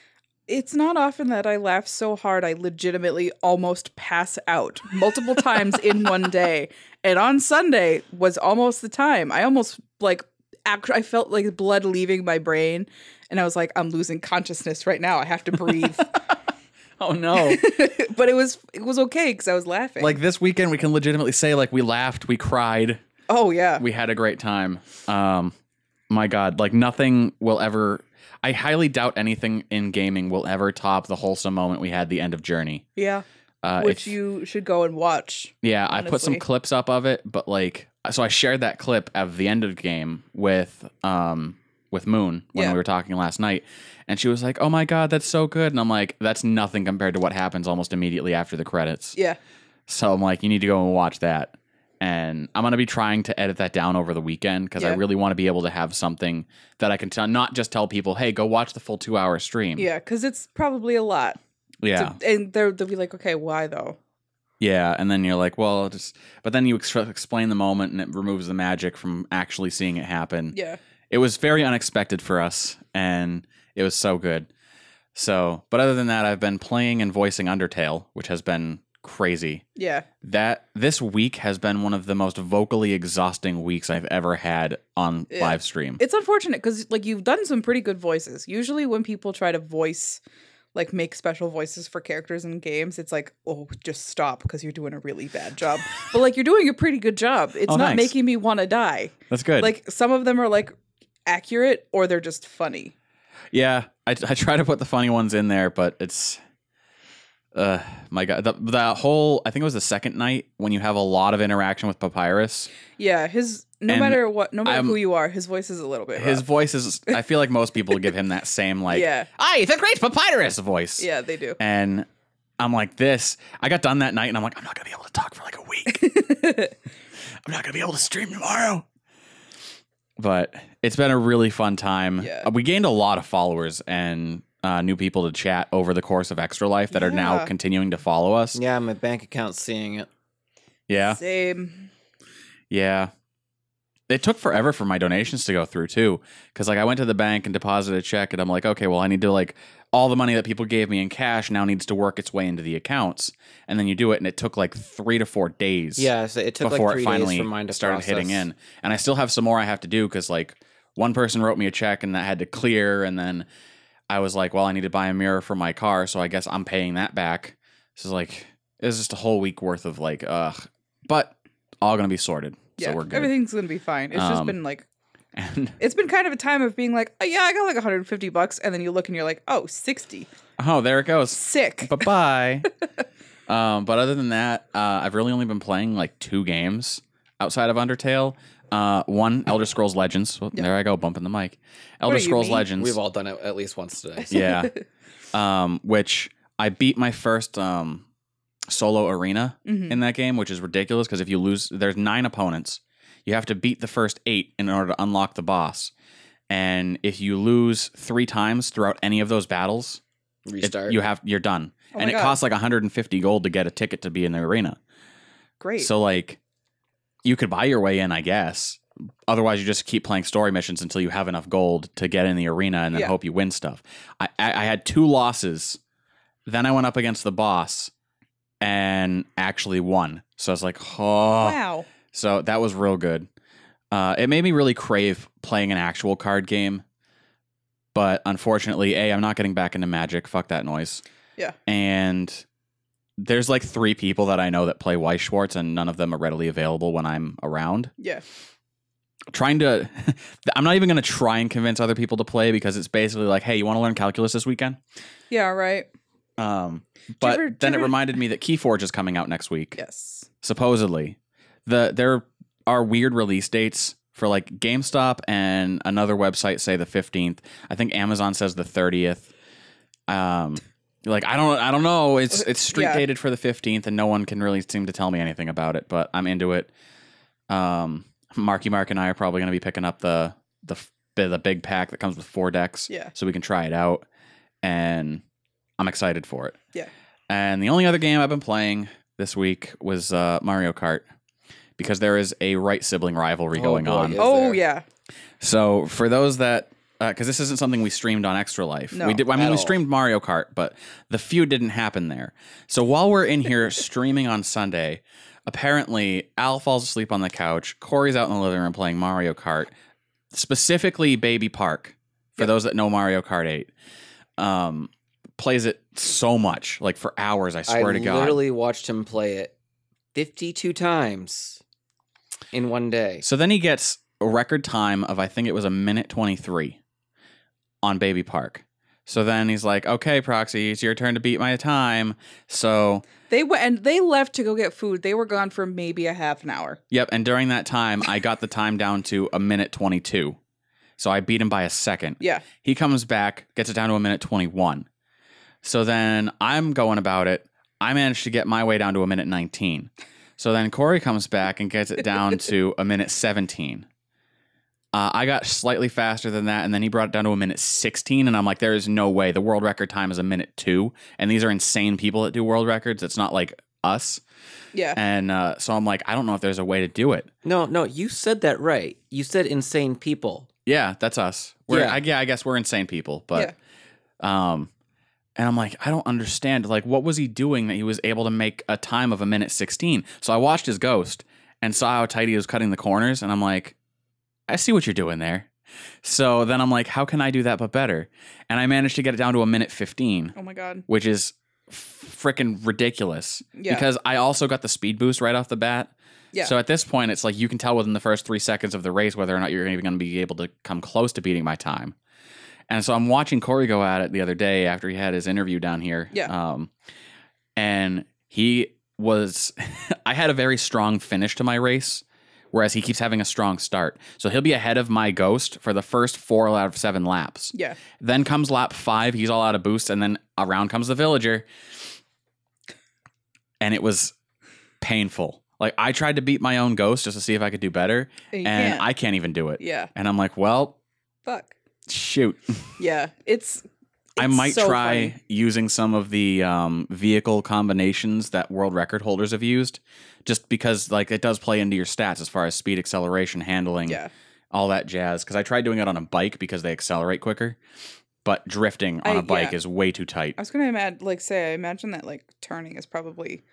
B: It's not often that I laugh so hard I legitimately almost pass out
A: *laughs*
B: multiple times in one day. And on Sunday was almost the time. I almost like act- I felt like blood leaving my brain and I was like I'm losing consciousness right now. I have to breathe.
A: *laughs*
B: *laughs*
A: Oh no.
B: but it was it was okay cuz I was
A: *laughs*
B: laughing.
A: like this weekend we can legitimately say like we laughed, we cried.
B: oh yeah.
A: we had a great time. Um, my God, like nothing will ever. I highly doubt anything in gaming will ever top the wholesome moment we had the end of Journey.
B: yeah.
A: Uh,
B: Which
A: if-
B: you should go and watch.
A: yeah, I put some
B: honestly.
A: clips up of it, but like, so I shared that clip of the end of the game with um with Moon when
B: Yeah.
A: we were talking last night, and she was like, "Oh my God, that's so good," and I'm like, "That's nothing compared to what happens almost immediately after the credits."
B: Yeah.
A: So I'm like, you need to go and watch that. And I'm gonna be trying to edit that down over the weekend because I
B: Yeah.
A: really want to be able to have something that I can tell, not just tell people, hey, go watch the full two hour stream.
B: Yeah, cuz it's probably a lot.
A: yeah,
B: to- and they're- they'll be like, okay, why though?
A: yeah. And then you're like, well, just. But then you ex- explain the moment, and it removes the magic from actually seeing it happen.
B: Yeah.
A: It was very unexpected for us, and it was so good. So, but other than that, I've been playing and voicing Undertale, which has been crazy.
B: Yeah.
A: that this week has been one of the most vocally exhausting weeks I've ever had on
B: Yeah.
A: live stream.
B: It's unfortunate because like you've done some pretty good voices. Usually when people try to voice like make special voices for characters in games, it's like, oh, just stop because you're doing a really bad job. but like you're doing a pretty good job. It's
A: Oh,
B: not
A: thanks.
B: making me want to die.
A: That's good.
B: Like some of them are like accurate or they're just funny.
A: yeah, I, I try to put the funny ones in there, but it's uh my god, the, the whole I think it was the second night when you have a lot of interaction with Papyrus.
B: Yeah, his no
A: And
B: matter what, no matter
A: I'm-
B: who you are, his voice is a little bit
A: His
B: rough.
A: voice is I feel like most people give him that same like *laughs*
B: yeah,
A: "Aye, the great Papyrus" voice.
B: yeah, they do. *laughs*
A: And I'm like this. I got done that night and I'm like I'm not going to be able to talk for like a week. I'm not gonna be able to stream tomorrow. But it's been a really fun time.
B: Yeah.
A: Uh, We gained a lot of followers and uh, new people to chat over the course of Extra Life that are now
B: Yeah.
A: continuing to follow us.
C: Yeah, my bank account's seeing it.
A: Yeah.
B: Same.
A: Yeah. It took forever for my donations to go through too, because like I went to the bank and deposited a check, and I'm like, okay, well, I need to like all the money that people gave me in cash now needs to work its way into the accounts, and then you do it, and it took like three to four days.
C: Yeah, so it took
A: before
C: like three
A: it finally
C: days for mine to
A: started
C: process.
A: hitting in. And I still have some more I have to do because like one person wrote me a check and that had to clear, and then I was like, well, I need to buy a mirror for my car, so I guess I'm paying that back. So like it was just a whole week worth of like, ugh, but all gonna be sorted.
B: Yeah,
A: so we're good.
B: everything's gonna be fine. It's just
A: Um,
B: been like
A: *laughs* And
B: it's been kind of a time of being like, oh yeah, I got like 150 bucks, and then you look and you're like, oh, 60.
A: oh, there it goes.
B: Sick.
A: Bye
C: *laughs*
A: bye. um, but other than that, uh, I've really only been playing like two games outside of Undertale. Uh, one Elder Scrolls Legends. Well, There I go, bumping the mic. Elder
B: do you
A: Scrolls
B: mean?
A: Legends.
C: We've all done it at least once
B: *laughs*
C: today. so-
A: yeah. Um, which I beat my first um, solo arena
B: Mhm.
A: in that game, which is ridiculous because if you lose, there's nine opponents. You have to beat the first eight in order to unlock the boss. and if you lose three times throughout any of those battles, *laughs* it-
C: Restart.
A: you have you're done,
B: Oh
A: and
B: my
A: it
B: God.
A: costs like 150 gold to get a ticket to be in the arena.
B: Great.
A: So like you could buy your way in, I guess. Otherwise, you just keep playing story missions until you have enough gold to get in the arena and then
B: Yeah.
A: hope you win stuff. I, I, I had two losses. Then I went up against the boss and actually won. So I was like, oh.
B: wow.
A: So that was real good. Uh, it made me really crave playing an actual card game. But unfortunately, A, I'm not getting back into Magic. Fuck that noise.
B: Yeah.
A: And there's like three people that I know that play Weiss Schwartz, and none of them are readily available when I'm around.
B: Yeah.
A: Trying to, *laughs* I'm not even going to try and convince other people to play because it's basically like, hey, you want to learn calculus this weekend?
B: Yeah. Right.
A: Um, but
B: ever- do
A: then
B: you
A: it
B: ever-
A: reminded me that Keyforge is coming out next week
B: Yes.
A: supposedly the there are weird release dates for like GameStop and another website say the 15th. I think Amazon says the 30th. Um like I don't I don't know. It's it's street
B: Yeah.
A: dated for the 15th and no one can really seem to tell me anything about it, but I'm into it. Um Marky Mark and I are probably going to be picking up the the f- the big pack that comes with four decks
B: Yeah.
A: so we can try it out and I'm excited for it.
B: Yeah.
A: And the only other game I've been playing this week was uh, Mario Kart because there is a right sibling rivalry
C: Oh,
A: going
C: boy,
A: on.
C: yeah. Is
B: Oh
C: there-
B: yeah.
A: So for those that because this isn't something we streamed on Extra Life,
B: No,
A: we did. I mean,
C: at
A: we
C: all.
A: streamed Mario Kart, but the feud didn't happen there. So while we're in here *laughs* streaming on Sunday, apparently Al falls asleep on the couch. Corey's out in the living room playing Mario Kart, specifically Baby Park. For
B: Yep.
A: those that know Mario Kart Eight, um, plays it so much, like for hours. I swear
C: I
A: to God,
C: literally watched him play it 52 times in one day.
A: So then he gets a record time of I think it was a minute 23 on Baby Park. So then he's like, "Okay, Proxy, it's your turn to beat my time." So,
B: They went and they left to go get food. They were gone for maybe a half an hour.
A: yep, and during that time, I got the time down to a minute 22. So I beat him by a second.
B: Yeah.
A: He comes back, gets it down to a minute 21. So then I'm going about it. I managed to get my way down to a minute 19. So then Corey comes back and gets it down to a minute 17. Uh, I got slightly faster than that, and then he brought it down to a minute 16. And I'm like, there is no way. The world record time is a minute two. And these are insane people that do world records. It's not like us.
B: Yeah.
A: And uh, so I'm like, I don't know if there's a way to do it.
C: No, no, you said that right. You said insane people.
A: Yeah, that's us. We're,
C: Yeah.
A: I, yeah, I guess we're insane people, but um and I'm like, I don't understand. Like, what was he doing that he was able to make a time of a minute 16? So I watched his ghost and saw how tight he was cutting the corners, and I'm like, I see what you're doing there. So then I'm like, how can I do that but better? And I managed to get it down to a minute 15,
B: oh my god.
A: which is freaking ridiculous
B: Yeah.
A: because I also got the speed boost right off the bat.
B: Yeah.
A: So at this point, it's like you can tell within the first three seconds of the race whether or not you're even going to be able to come close to beating my time. And so I'm watching Corey go at it the other day after he had his interview down here.
B: Yeah.
A: Um, and he was, *laughs* I had a very strong finish to my race, whereas he keeps having a strong start. So he'll be ahead of my ghost for the first four out of seven laps.
B: yeah.
A: Then comes lap five. He's all out of boost, and then around comes the villager. And it was painful. Like I tried to beat my own ghost just to see if I could do better,
B: And, you
A: and
B: can't.
A: I can't even do it.
B: Yeah.
A: And I'm like, well,
B: Fuck.
A: shoot.
B: Yeah. It's.
A: I
B: it's
A: might
B: so
A: try
B: funny.
A: using some of the um, vehicle combinations that world record holders have used, just because like it does play into your stats as far as speed, acceleration, handling,
B: Yeah.
A: all that jazz. Because I tried doing it on a bike because they accelerate quicker, but drifting on
B: I-
A: a bike
B: yeah.
A: is way too tight.
B: I was gonna imagine, like, say, I imagine that like turning is probably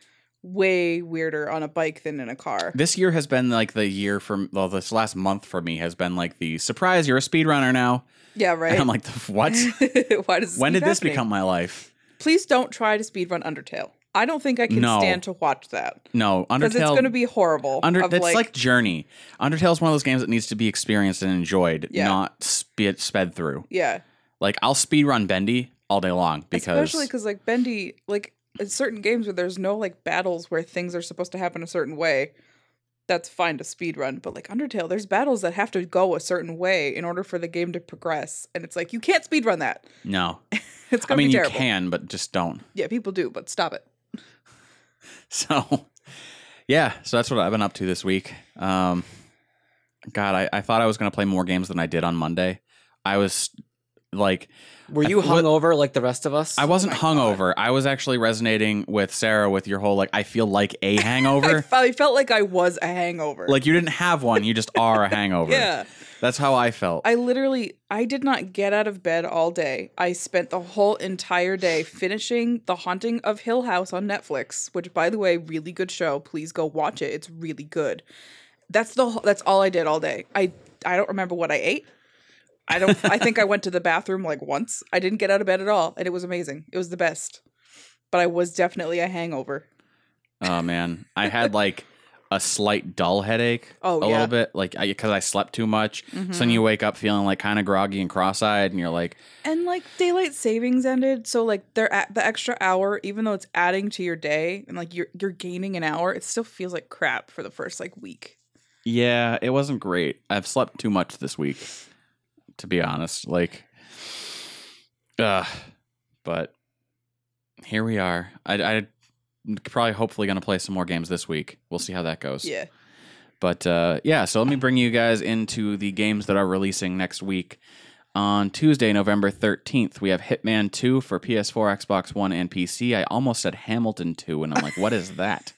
B: way weirder on a bike than in a car.
A: this year has been like the year for well this last month for me has been like the surprise you're a speedrunner now
B: yeah. Right.
A: and i'm like "The-
B: *laughs*
A: what
B: Why does this
A: when
B: keep
A: did this
B: happening?
A: become my life
B: Please don't try to speedrun Undertale. I don't think I can
A: No.
B: stand to watch that
A: no
B: because it's
A: undertale
B: going to be horrible.
A: under
B: of,
A: that's like, journey undertale is one of those games that needs to be experienced and enjoyed
B: Yeah.
A: not sped, sped through
B: yeah,
A: like i'll speedrun bendy all day long because
B: especially because like Bendy, like in certain games where there's no like battles where things are supposed to happen a certain way. That's fine to speedrun, but like Undertale, there's battles that have to go a certain way in order for the game to progress, and it's like you can't speedrun that.
A: no
B: It's
A: i
B: gonna
A: mean
B: be
A: you
B: terrible.
A: can but just don't
B: Yeah, people do, but stop it.
A: *laughs* So, yeah, so that's what I've been up to this week. Um, God, I, I thought I was going to play more games than I did on Monday. I was like,
C: Were you
A: what-
C: hungover like the rest of us?
A: I wasn't
B: Oh my God.
A: hungover. I was actually resonating with Sarah with your whole like, I feel like
B: *laughs*
A: a
B: I,
A: hangover.
B: fe- I felt like I was a hangover.
A: like you didn't have one, you just are
B: *laughs*
A: a hangover.
B: yeah.
A: That's how I felt.
B: I literally I did not get out of bed all day. I spent the whole entire day finishing The Haunting of Hill House on Netflix, which by the way, really good show. Please go watch it. It's really good. That's the whole- that's all I did all day. I I don't remember what I ate. I don't I think I went to the bathroom like once. I didn't get out of bed at all, and it was amazing. It was the best. But I was definitely a hangover.
A: oh man, I had like a slight dull headache.
B: *laughs* Oh,
A: a
B: yeah.
A: little bit, like because I slept too much. So then
B: Mhm.
A: you wake up feeling like kind of groggy and cross-eyed, and you're like,
B: And like daylight savings ended, so like they're at the extra hour, even though it's adding to your day and like you're you're gaining an hour, it still feels like crap for the first like week.
A: "Yeah, it wasn't great. I've slept too much this week, to be honest." Like, uh, but here we are. I, I probably, hopefully, gonna play some more games this week. We'll see how that goes.
B: Yeah.
A: But uh, yeah, so let me bring you guys into the games that are releasing next week. On Tuesday, November 13th, we have Hitman 2 for PS4, Xbox One, and PC. I almost said Hamilton 2, and I'm like, what is that?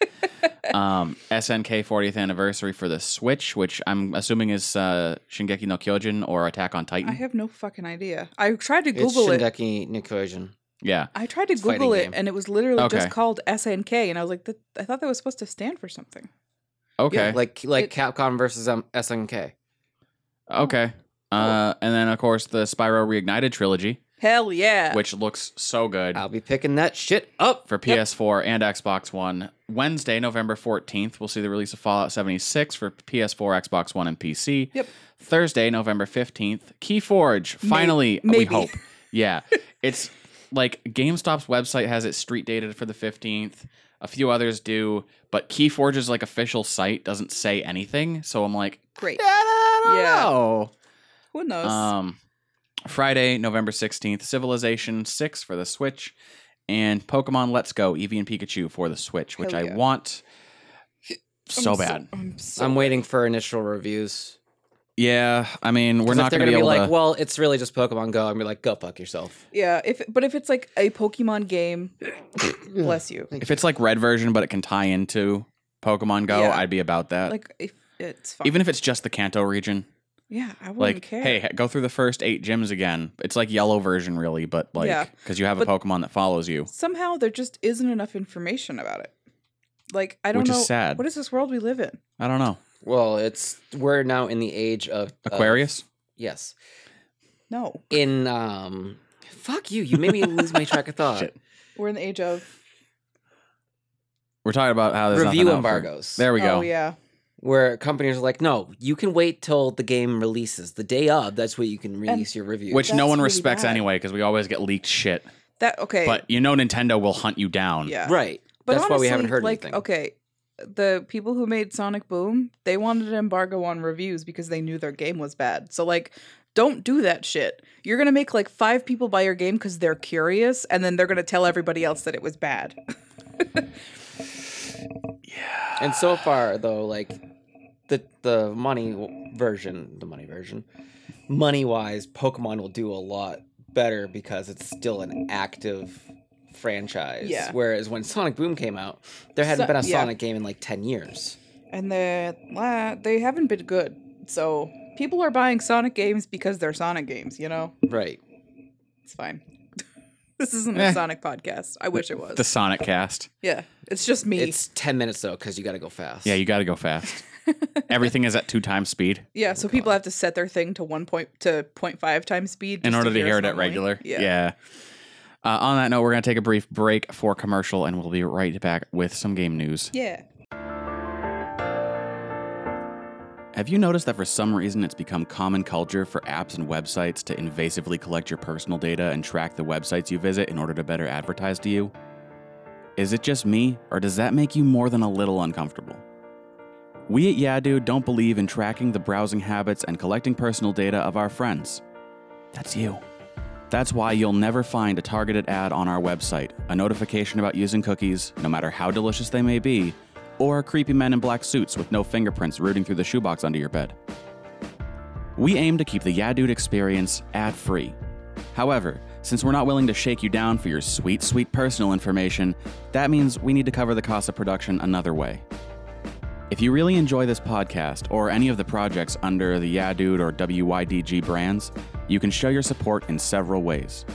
A: um, SNK 40th anniversary for the Switch, which I'm assuming is uh, Shingeki no Kyojin or Attack on Titan.
B: I have no fucking idea. I tried to
C: It's
B: Google it.
C: Shingeki no Kyojin.
A: yeah.
B: I tried to
C: It's
B: Google it
C: fighting game.
B: and it was literally
A: Okay.
B: just called SNK and I was like, that, I thought that was supposed to stand for something.
A: Okay.
C: Yeah, like like
B: It-
C: Capcom versus um, SNK.
A: okay. Uh, and then, of course, the Spyro Reignited trilogy,
B: Hell yeah.
A: which looks so good.
C: I'll be picking that shit up.
A: for PS4 and Xbox One. Wednesday, November 14th, we'll see the release of Fallout 76 for PS4, Xbox One, and PC.
B: Yep.
A: Thursday, November 15th, Keyforge.
B: May-
A: Finally, we
B: maybe. *laughs*
A: hope. Yeah. it's like GameStop's website has it street dated for the 15th. A few others do, but Keyforge's like official site doesn't say anything. So I'm like,
B: Great.
A: "Yeah, I don't
B: Yeah.
A: know."
B: Who knows?
A: Um, Friday, November 16th, Civilization 6 for the Switch, and Pokemon Let's Go, Eevee and Pikachu for the Switch, which
B: Hell
A: I
B: yeah.
A: want
B: I'm
A: so bad.
B: I'm so
C: I'm waiting for initial reviews.
A: yeah, I mean, we're
C: 'Cause if
A: not
C: they're
A: going to be able
C: like,
A: to.
C: well, it's really just Pokemon Go. I'm gonna be like, go fuck yourself.
B: yeah, if but if it's like a
A: *coughs*
B: Pokemon game, bless you.
A: if it's like red version, but it can tie into Pokemon Go,
B: Yeah.
A: I'd be about that.
B: Like if it's fine.
A: Even if it's just the Kanto region,
B: yeah, I wouldn't
A: like,
B: care.
A: hey, go through the first eight gyms again. It's like yellow version, really, but like,
B: Yeah.
A: because you have a Pokemon that follows you.
B: somehow there just isn't enough information about it. Like I don't
A: Which is
B: know
A: sad.
B: what is this world we live in?
A: I don't know.
C: Well, it's we're now in the age of
B: Uh,
C: of-
A: Aquarius?
C: yes,
B: No,
C: in um, fuck you. You made me lose my *laughs* track of thought.
A: Shit.
B: we're in the age of
A: We're talking about how there's
C: Review
A: nothing out for-
C: embargoes.
A: There we go.
B: oh yeah,
C: where companies are like, no, you can wait till the game releases. The day of, that's when you can release your review.
A: Which no
B: That's
A: one
B: really
A: respects
B: bad.
A: anyway because we always get leaked shit.
B: that okay,
A: But you know Nintendo will hunt you down.
B: yeah,
C: right.
B: But
C: that's
B: honestly,
C: why we haven't heard
B: like
C: anything.
B: okay, the people who made Sonic Boom they wanted an embargo on reviews because they knew their game was bad. So like. Don't do that shit. You're gonna make like five people buy your game because they're curious, and then they're gonna tell everybody else that it was bad.
C: And so far though, like the the money w- version, the money version, money wise, Pokemon will do a lot better because it's still an active franchise.
B: Yeah.
C: Whereas when Sonic Boom came out, there hadn't
B: So-
C: been a
B: yeah.
C: Sonic game in like ten years.
B: and they they haven't been good. So people are buying Sonic games because they're Sonic games. You know,
C: Right.
B: it's fine. *laughs* this isn't
A: Eh.
B: a Sonic podcast. I wish it was.
A: The Sonic cast.
B: yeah, it's just me.
C: It's ten minutes though, because you gotta go fast.
A: Yeah, you got to go
B: *laughs*
A: fast. Everything is at two times speed.
B: yeah, so people have to set their thing to one point to 0.5 times speed
A: in
B: just
A: order to hear it at
B: normally.
A: regular.
B: Yeah.
A: Uh, on that note, we're going to take a brief break for commercial and we'll be right back with some game news.
B: Yeah.
A: Have you noticed that for some reason it's become common culture for apps and websites to invasively collect your personal data and track the websites you visit in order to better advertise to you? Is it just me, or does that make you more than a little uncomfortable? We at Yadu don't believe in tracking the browsing habits and collecting personal data of our friends. That's you. That's why you'll never find a targeted ad on our website, a notification about using cookies, no matter how delicious they may be, or creepy men in black suits with no fingerprints rooting through the shoebox under your bed. We aim to keep the Yeah Dude experience ad free. However, since we're not willing to shake you down for your sweet, sweet personal information, that means we need to cover the cost of production another way. If you really enjoy this podcast or any of the projects under the Yeah Dude or WYDG brands, you can show your support in several ways.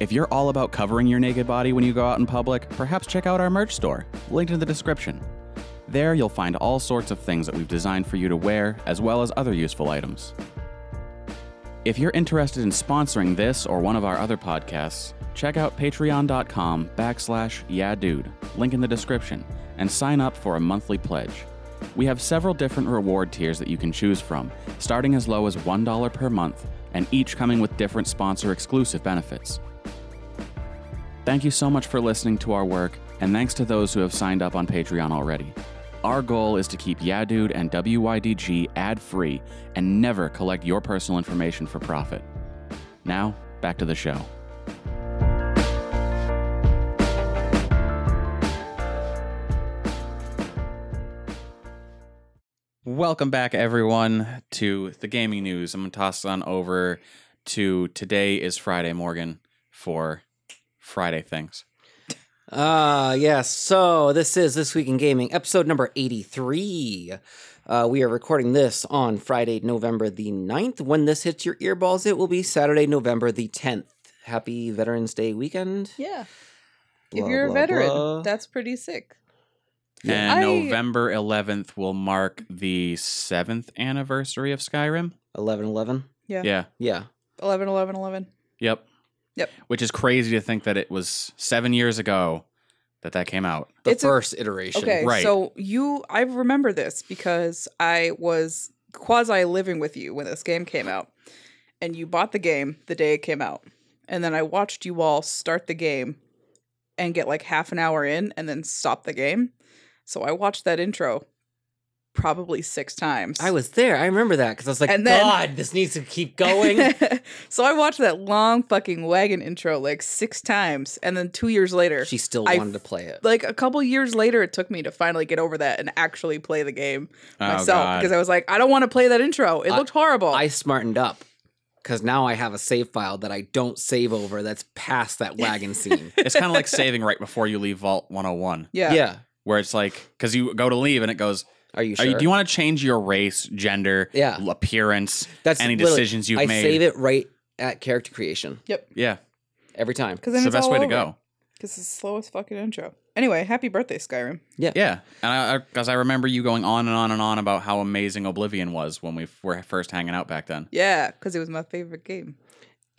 A: If you're all about covering your naked body when you go out in public, perhaps check out our merch store, linked in the description. There, you'll find all sorts of things that we've designed for you to wear, as well as other useful items. If you're interested in sponsoring this or one of our other podcasts, check out patreon.com backslash yeah dude, link in the description, and sign up for a monthly pledge. We have several different reward tiers that you can choose from, starting as low as $1 per month, and each coming with different sponsor exclusive benefits. Thank you so much for listening to our work, and thanks to those who have signed up on Patreon already. Our goal is to keep Yeah Dude and WYDG ad free and never collect your personal information for profit. Now, back to the show. Welcome back, everyone, to the gaming news. I'm going to toss it on over to today is Friday, Morgan, for Friday things.
C: Ah, yes. So this is This Week in Gaming, episode number 83. Uh, we are recording this on Friday, November the 9th. When this hits your earballs, it will be Saturday, November the 10th. Happy Veterans Day weekend.
B: Yeah.
C: Blah,
B: if you're a
C: blah,
B: veteran,
C: blah.
B: that's pretty sick.
A: And
B: I-
A: November 11th will mark the seventh anniversary of Skyrim.
C: 11 11.
B: Yeah.
A: Yeah.
C: Yeah.
B: 11, 11, 11.
A: Yep.
B: Yep.
A: Which is crazy to think that it was seven years ago that that came out.
C: The
B: It's a-
C: first iteration.
B: Okay,
A: Right.
B: so you, I remember this because I was quasi living with you when this game came out, and you bought the game the day it came out, and then I watched you all start the game and get like half an hour in and then stop the game. So I watched that intro probably six times.
C: I was there. I remember that because I was like,
B: And then-
C: God, this needs to
B: *laughs*
C: keep going.
B: so I watched that long fucking wagon intro like six times, and then two years later,
C: she still
B: I-
C: wanted to play it.
B: like a couple years later, it took me to finally get over that and actually play the game
A: Oh,
B: myself
A: God.
B: because I was like, I don't want to play that intro. It
C: I-
B: looked horrible.
C: I smartened up because now I have a save file that I don't save over that's
B: *laughs*
C: past that wagon scene.
A: it's kind of like saving right before you leave Vault 101,
B: yeah.
A: where it's like, because you go to leave and it goes,
C: Are you
A: Are
C: sure?
A: you, do you want to change your race, gender,
C: Yeah.
A: l- appearance,
C: That's
A: any
C: literally-
A: decisions you've
C: I
A: made?
C: save it right at character creation
A: Yeah.
C: every time.
B: Because
A: It's the best way to go.
B: Because it's the slowest fucking intro. Anyway, happy birthday, Skyrim.
A: Yeah, and because I, remember you going on and on and on about how amazing Oblivion was when we f- were first hanging out back then.
B: Yeah, because it was my favorite game.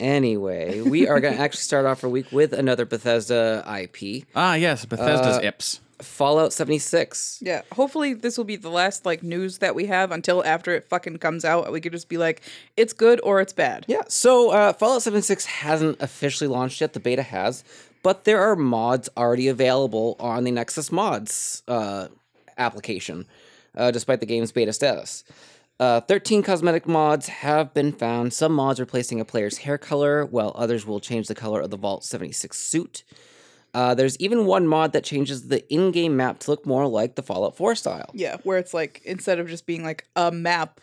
C: Anyway, we
A: *laughs*
C: are going to actually start off our week with another Bethesda IP,
A: Ah, yes, Bethesda's
C: Uh,
A: Ips.
C: Fallout 76.
B: Yeah. Hopefully, this will be the last like news that we have until after it fucking comes out. We could just be like, it's good or it's bad.
C: Yeah, so uh, Fallout 76 hasn't officially launched yet. The beta has, but there are mods already available on the Nexus Mods uh, application, uh, despite the game's beta status. Uh, 13 cosmetic mods have been found, some mods replacing a player's hair color, while others will change the color of the Vault 76 suit. Uh, there's even one mod that changes the in game map to look more like the Fallout 4 style.
B: Yeah. Where it's like, instead of just being like a map,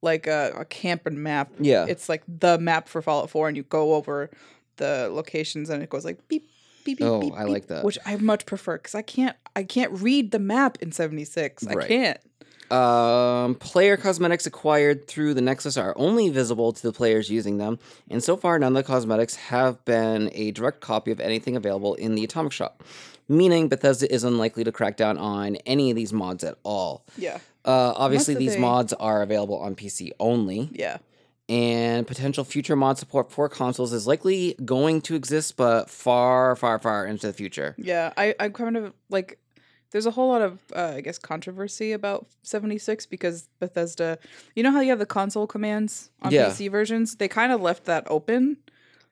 B: like a, a camping map,
C: Yeah.
B: it's like the map for Fallout 4, and you go over the locations, and it goes like beep, beep, beep.
C: Oh,
B: beep,
C: I
B: beep,
C: like that.
B: which I much prefer because I can't, I can't read the map in seventy six. I
C: Right.
B: can't.
C: Um, player cosmetics acquired through the Nexus are only visible to the players using them, and so far none of the cosmetics have been a direct copy of anything available in the Atomic Shop, meaning Bethesda is unlikely to crack down on any of these mods at all.
B: Yeah,
C: Uh, obviously,
B: that
C: these
B: they-
C: mods are available on PC only,
B: yeah.
C: and potential future mod support for consoles is likely going to exist, but far, far, far into the future.
B: Yeah, I I'm kind of like there's a whole lot of uh, I guess controversy about 76 because Bethesda, you know how you have the console commands on
C: Yeah.
B: PC versions, they kind of left that open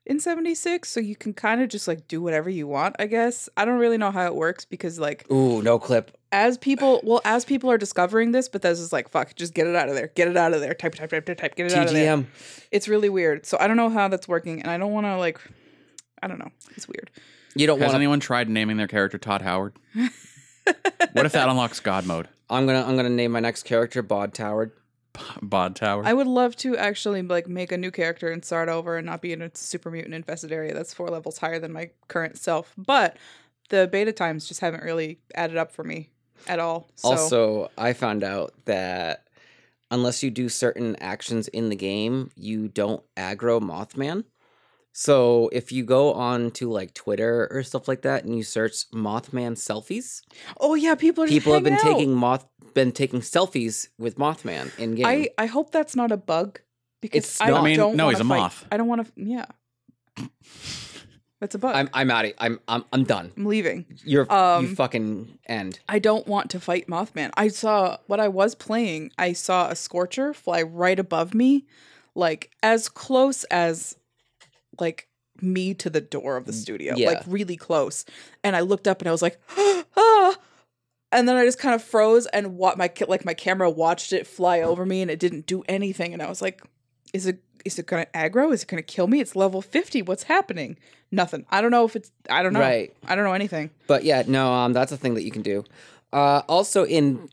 B: in 76 so you can kind of just like do whatever you want, I guess. I don't really know how it works because like
C: Ooh, no clip.
B: as people well as people are discovering this, Bethesda's like fuck, just get it out of there. Get it out of there. Type type type type type. Get it out of there.
C: TGM.
B: It's really weird. So I don't know how that's working and I don't want to like I don't know. It's weird.
C: You don't
A: Has
C: want to
A: anyone tried naming their character Todd
B: *laughs*
A: Howard? what if that unlocks God mode?
C: I'm gonna I'm gonna name my next character Bod Towered.
A: Bod Tower.
B: I would love to actually like make a new character and start over and not be in a super mutant infested area that's four levels higher than my current self. But the beta times just haven't really added up for me at all. So
C: Also, I found out that unless you do certain actions in the game, you don't aggro Mothman. So if you go on to like Twitter or stuff like that and you search Mothman selfies,
B: oh yeah, people are just
C: people have been
B: hanging out.
C: taking moth been taking selfies with Mothman in game.
B: I I hope that's not a bug because
C: It's
B: I,
C: not.
B: don't
C: I
A: mean, no,
B: wanna
A: he's a
B: fight-
A: moth.
B: I don't want to. Yeah, that's a bug.
C: I'm
B: I'm,
C: I'm out of I'm I'm I'm done.
B: leaving.
C: You're you
B: Um,
C: fucking end.
B: I don't want to fight Mothman. I saw what I was playing. I saw a scorcher fly right above me, like as close as like me to the door of the studio,
C: Mm, yeah.
B: like really close. And I looked up and I was like, *gasps* ah. And then I just kind of froze and what my ca- like my camera watched it fly over me and it didn't do anything. And I was like, is it is it gonna aggro? Is it gonna kill me? It's level fifty. What's happening? Nothing. I don't know if it's. I don't know.
C: Right.
B: I don't know anything.
C: But yeah, no, um, that's a thing that you can do. Uh, also in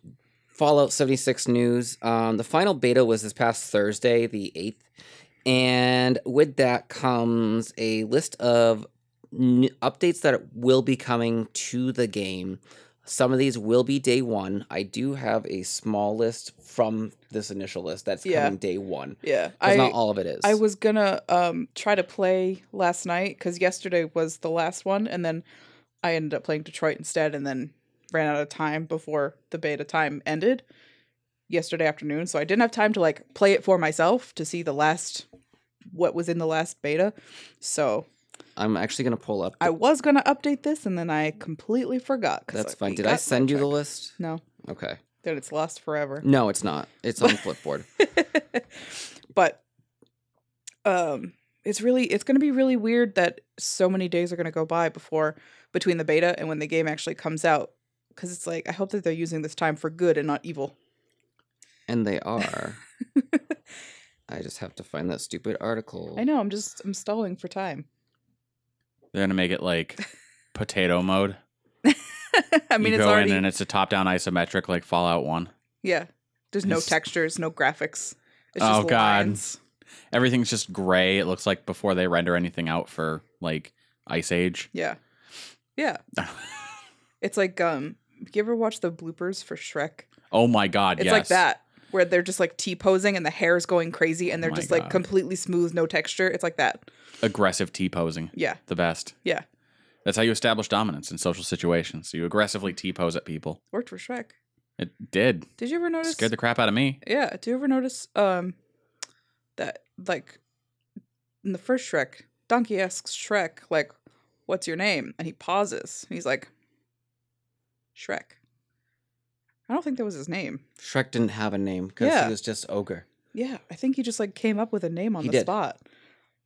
C: Fallout 76 news, um, the final beta was this past Thursday, the 8th. And with that comes a list of n- updates that will be coming to the game. Some of these will be day one. I do have a small list from this initial list that's
B: Yeah.
C: coming day one.
B: Yeah.
C: Because not all of it is.
B: I was gonna um try to play last night because yesterday was the last one, and then I ended up playing Detroit instead, and then ran out of time before the beta time ended yesterday afternoon. So I didn't have time to like play it for myself to see the last what was in the last beta. So
C: I'm actually going to pull up.
B: I was gonna update this, and then I completely forgot. 'cause
C: that's fine.
B: we
C: Did I
B: got
C: send you the
B: sidetracked.
C: list?
B: No,
C: Okay.
B: then it's lost forever.
C: No, it's not. It's
B: *laughs*
C: on Flipboard.
B: but um it's really it's going to be really weird that so many days are going to go by before between the beta and when the game actually comes out cuz it's like I hope that they're using this time for good and not evil.
C: And
B: *laughs*
C: they are. I just have to find that stupid article.
B: I know, I'm just I'm stalling for time. *laughs*
A: They're gonna make it like potato mode.
B: I mean
A: you
B: it's
A: go
B: already
A: in and it's a top-down isometric like Fallout One.
B: yeah. There's no
A: it's-
B: textures, no graphics. It's
A: Oh,
B: just
A: God.
B: lines.
A: Everything's just gray. It looks like before they render anything out for like Ice Age. *laughs*
B: Yeah. Yeah. It's like um you ever watch the bloopers for Shrek?
A: oh my God!
B: It's
A: yes.
B: like that where they're just like T posing and the hair is going crazy and they're
A: Oh My
B: just
A: God.
B: like completely smooth, no texture. It's like that.
A: aggressive T posing.
B: Yeah.
A: The best.
B: Yeah.
A: That's how you establish dominance in social situations. You aggressively T pose at people.
B: Worked for Shrek.
A: It did.
B: Did you ever notice
A: Scared the crap out of me.
B: Yeah, do you ever notice um that like in the first Shrek, Donkey asks Shrek like what's your name? And he pauses. And he's like Shrek. I don't think that was his name.
C: Shrek didn't have a name because
B: Yeah.
C: he was just ogre.
B: Yeah, I think he just like came up with a name on
C: He
B: the
C: did.
B: spot.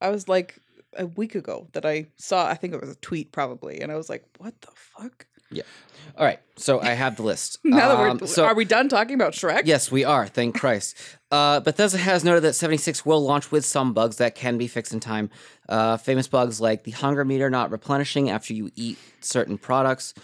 B: I was like a week ago that I saw I think it was a tweet probably and I was like what the fuck? *laughs*
C: All right, so I have the list.
B: Now that we're
C: Um, so
B: are we done talking about Shrek?
C: yes, we are. Thank Christ. Uh, Bethesda has noted that 76 will launch with some bugs that can be fixed in time. Uh, famous bugs like the hunger meter not replenishing after you eat certain products,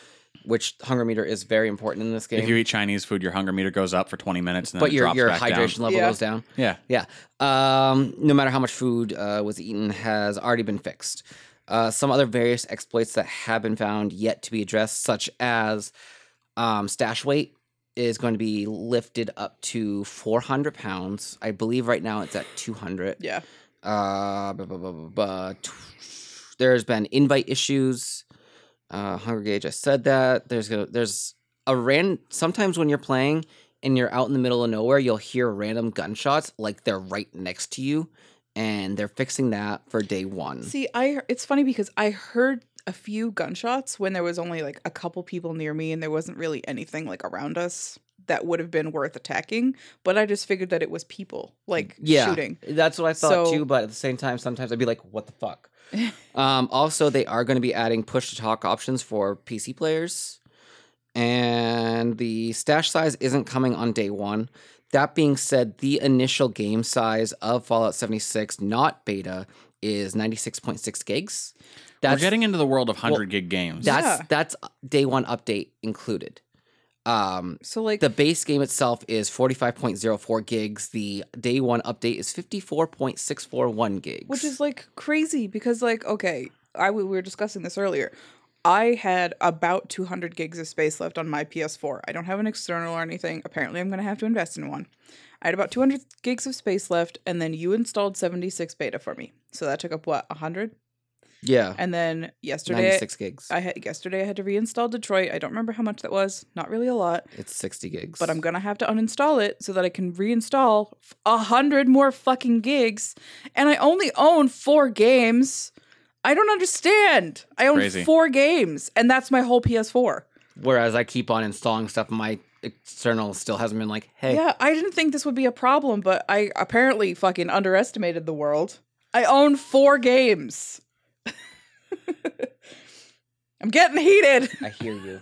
C: which hunger meter is very important in this game.
A: If you eat Chinese food, your hunger meter goes up for 20 minutes and then
C: but
A: it
C: your
A: drops
C: your
A: back
C: hydration
A: down.
C: level
B: Yeah.
C: goes down.
A: Yeah.
C: Yeah. Um, no matter how much food uh, was eaten has already been fixed. Uh, some other various exploits that have been found yet to be addressed, such as um, stash weight, is going to be lifted up to 400 pounds. I believe right now it's at 200.
B: Yeah.
C: Uh, blah, blah, blah, blah, blah. Tw- There's been invite issues. Uh, Hunger Gage, I said that. There's go- there's a ran. Sometimes when you're playing and you're out in the middle of nowhere, you'll hear random gunshots like they're right next to you, and they're fixing that for day one.
B: See, I it's funny because I heard a few gunshots when there was only like a couple people near me and there wasn't really anything like around us that would have been worth attacking, but I just figured that it was people like
C: Mm, yeah,
B: shooting.
C: That's what I thought
B: So-
C: too. But at the same time, sometimes I'd be like, "What the fuck." um, also, they are going to be adding push to talk options for PC players, and the stash size isn't coming on day one. That being said, the initial game size of Fallout 76, not beta, is 96.6 gigs. That's
A: We're getting into the world of 100
C: well,
A: gig games.
C: that's
B: Yeah.
C: that's day one update included. Um,
B: So like
C: the base game itself is 45.04 gigs. The day one update is 54.641 gigs.
B: which is like crazy because like okay i w- we were discussing this earlier i had about 200 gigs of space left on my ps4 i don't have an external or anything apparently i'm going to have to invest in one i had about 200 gigs of space left and then you installed 76 beta for me so that took up what 100
C: yeah,
B: and then yesterday
C: 96 gigs.
B: i had yesterday i had to reinstall detroit i don't remember how much that was not really a lot
C: it's 60 gigs.
B: but I'm gonna have to uninstall it so that I can reinstall f- a hundred more fucking gigs, and I only own four games. I don't understand. I own
A: Crazy.
B: four games, and that's my whole PS4.
C: Whereas I keep on installing stuff, my external still hasn't been like, hey,
B: Yeah, I didn't think this would be a problem, but I apparently fucking underestimated the world. I own four games. *laughs* I'm getting heated.
C: I hear you.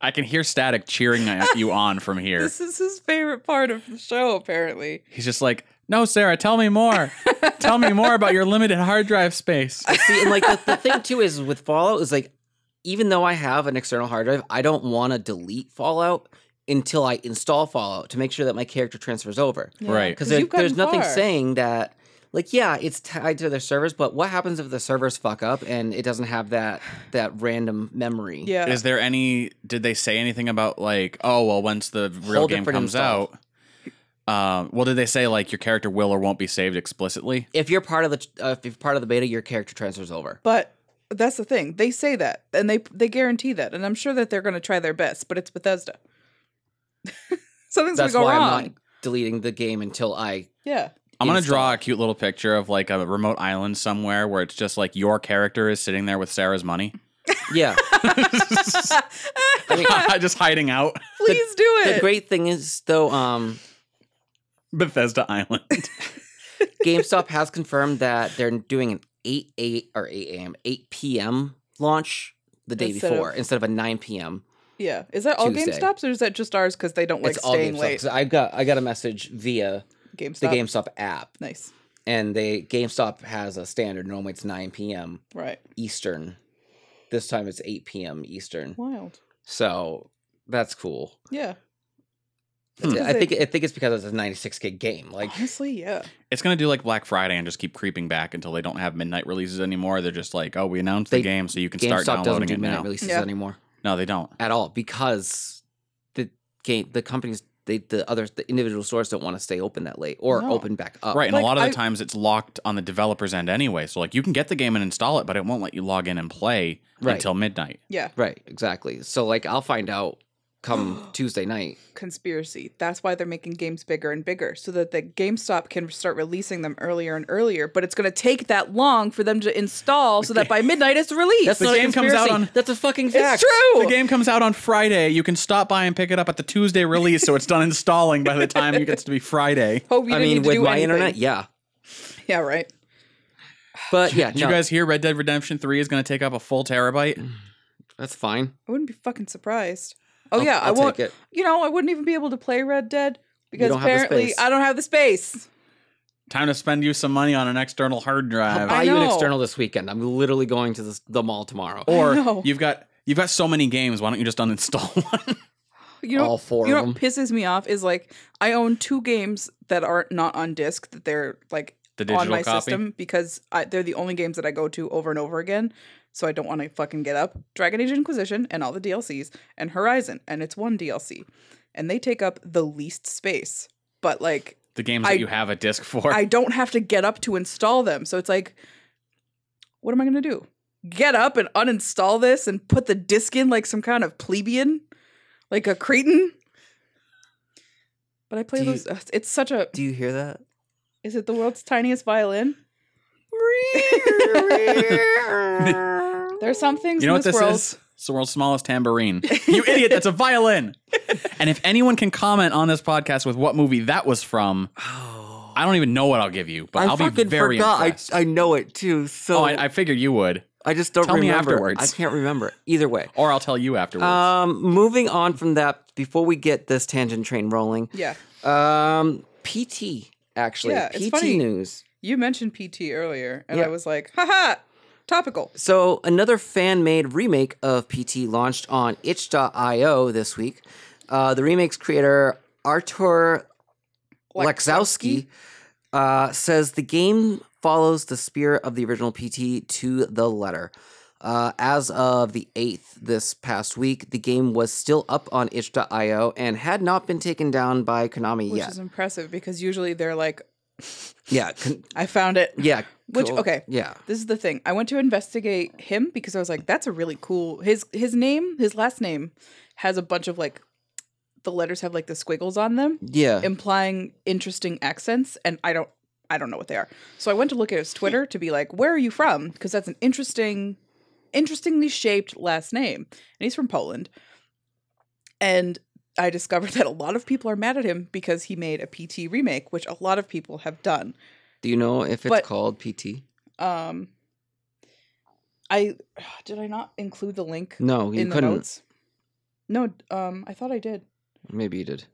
A: I can hear Static cheering at you on from here.
B: This is his favorite part of the show, apparently.
A: He's just like, no, Sarah, tell me
C: *laughs*
A: more. tell me more about your limited hard drive space.
C: *laughs* See, and like the, the thing too is with Fallout is like, even though I have an external hard drive, I don't want to delete Fallout until I install Fallout to make sure that my character transfers over.
A: Right.
C: because
B: you've gotten
C: there's nothing
B: far.
C: saying that like yeah it's tied to their servers but what happens if the servers fuck up and it doesn't have that that random memory
B: Yeah.
A: Is there any? Did they say anything about like, oh well, once the real
C: Whole
A: game
C: different
A: comes
C: install.
A: out? Um, well, did they say like your character will or won't be saved explicitly?
C: if you're part of the uh, if you're part of the beta your character transfers over
B: But that's the thing. They say that and they they guarantee that. And I'm sure that they're going to try their best, but it's Bethesda. *laughs* Something's going
C: that's
B: to go
C: why
B: wrong.
C: i'm not deleting the game until i *laughs*
B: yeah. *laughs*
A: I'm gonna
C: Install.
A: draw a cute little picture of like a remote island somewhere where it's just like your character is sitting there with Sarah's money,
C: yeah
A: *laughs* just hiding out
B: Please do *laughs*
C: the
B: it.
C: great thing is though um
A: *laughs* Bethesda
C: *laughs*
A: Island.
C: gamestop has confirmed that they're doing an 8 8 or 8 a.m 8 p.m launch the day
B: Instead
C: before
B: of-
C: instead of a 9 p.m
B: yeah. Is that all
C: Tuesday.
B: GameStops or is that just ours because they don't like
C: it's all
B: staying
C: gamestop
B: late?
C: 'cause i got i got a message via
B: GameStop.
C: the gamestop app
B: Nice.
C: and they GameStop has a standard. Normally it's 9 p.m.
B: Right.
C: Eastern. This time it's 8 p.m. Eastern.
B: Wild.
C: So that's cool.
B: Yeah.
C: That's-
B: Hmm.
C: I think I think it's because it's a 96 gig
A: *laughs*
C: game. Like
B: Honestly, yeah.
A: It's gonna do like Black Friday and just keep creeping back until they don't have midnight releases anymore. They're just like, oh, we announced the
C: They-
A: game, so you can start
C: GameStop doesn't
A: downloading
C: do
A: it now.
C: minute releases
B: Yeah.
C: anymore
A: No, they don't.
C: at all because the game the companies they the other the individual stores don't want to stay open that late or
B: No.
C: open back up.
A: Right, and
B: Like,
A: a lot of the
B: I-
A: times it's locked on the developer's end anyway. So like you can get the game and install it, but it won't let you log in and play
C: Right.
A: until midnight.
B: Yeah.
C: Right, exactly. So like I'll find out
B: *gasps*
C: come Tuesday night.
B: Conspiracy. That's why they're making games bigger and bigger so that the GameStop can start releasing them earlier and earlier. But it's going to take that long for them to install so that
C: *laughs*
B: by midnight it's released.
C: That's
A: The
C: not a
A: game comes out
C: conspiracy.
A: on-
C: That's a fucking
B: It's
C: fact.
B: true.
A: The game comes out on Friday. You can stop by and pick it up at the Tuesday release, so it's done installing by the time it gets to be
C: *laughs*
A: Friday.
B: Hope you
C: I
B: didn't
C: mean
B: need to
C: with
B: do
C: my
B: anything.
C: internet, yeah.
B: Yeah, right.
A: *laughs*
C: But yeah,
A: Did
C: no, Mm.
A: you guys hear Red Dead Redemption Three is going to take up a full terabyte?
C: that's fine.
B: I wouldn't be fucking surprised. Oh
C: I'll-
B: yeah, I
C: I'll
B: won't.
C: Take it.
B: You know, I wouldn't even be able to play Red Dead because
C: don't have the
B: apparently
C: space.
B: I don't have the space.
A: Time to spend you some money on an external hard
C: I'll
A: drive,
B: I
C: buy you an
B: know.
C: external this weekend. I'm literally going to the, the mall tomorrow.
B: I
A: or
B: know.
A: you've got you've got so many games. Why don't you just uninstall *laughs* one?
B: You know,
C: All four
B: you
C: of
B: know what
C: them.
B: pisses me off is like I own two games that are not on disc that they're like
A: The
B: on
A: digital
B: my
A: copy.
B: system because I, they're the only games that I go to over and over again. So I don't want to fucking get up Dragon Age Inquisition and all the DLCs and Horizon and it's one DLC, and they take up the least space. But like
A: The games that
B: I-
A: you have a disc for.
B: I don't have to get up to install them. So it's like, what am I going to do? Get up and uninstall this and put the disk in like some kind of plebeian, like a cretin. But I play
C: Do you-
B: those. uh, it's such a.
C: Do you
B: *laughs*
C: hear that?
B: Is it the world's tiniest violin? *laughs* There's some things
A: you know
B: in
A: what
B: this
A: this
B: world.
A: is? It's the world's smallest
B: *laughs*
A: tambourine. you idiot! That's a violin. and if anyone can comment on this podcast with what movie that was from,
C: Oh,
A: I don't even know what I'll give you, but
C: I
A: will be
C: fucking
A: very
C: forgot. I,
A: impressed.
C: I know it too. So
A: oh,
C: I,
A: I, I figured you would,
C: just don't
A: tell me
C: remember.
A: afterwards.
C: I can't remember. Either way.
A: or I'll tell you afterwards.
B: Uh,
C: Um, moving on from that, before we get this tangent train rolling,
B: Yeah.
C: um, PT actually,
B: Yeah,
C: PT
B: it's funny.
C: news.
B: You mentioned PT earlier, and I
C: Yeah.
B: was like, haha, topical.
C: So another fan-made remake of PT launched on itch.io this week. Uh, the remake's creator, Artur
B: Lexowski.
C: Lexowski, uh, says the game follows the spirit of the original PT to the letter. Uh, as of the 8th this past week, the game was still up on itch.io and had not been taken down by Konami
B: Which
C: yet.
B: is impressive because usually they're like,
C: yeah. Con-
B: I found it.
C: yeah.
B: *laughs* Which, okay.
C: Yeah.
B: This is the thing. I went to investigate him because I was like, that's a really cool his his name, his last name has a bunch of like the letters have like the squiggles on them,
C: Yeah.
B: implying interesting accents, and I don't I don't know what they are. So I went to look at his Twitter to be like, where are you from? Because that's an interesting interestingly shaped last name. And he's from Poland. And I discovered *laughs* that a lot of people are mad at him because he made a PT remake, which a lot of people have done.
C: Do you know if it's
B: But-
C: called PT?
B: Um, I *sighs* did I not include the link
C: No, you
B: in the
C: couldn't.
B: notes? No, um, I thought I did
C: Maybe you did.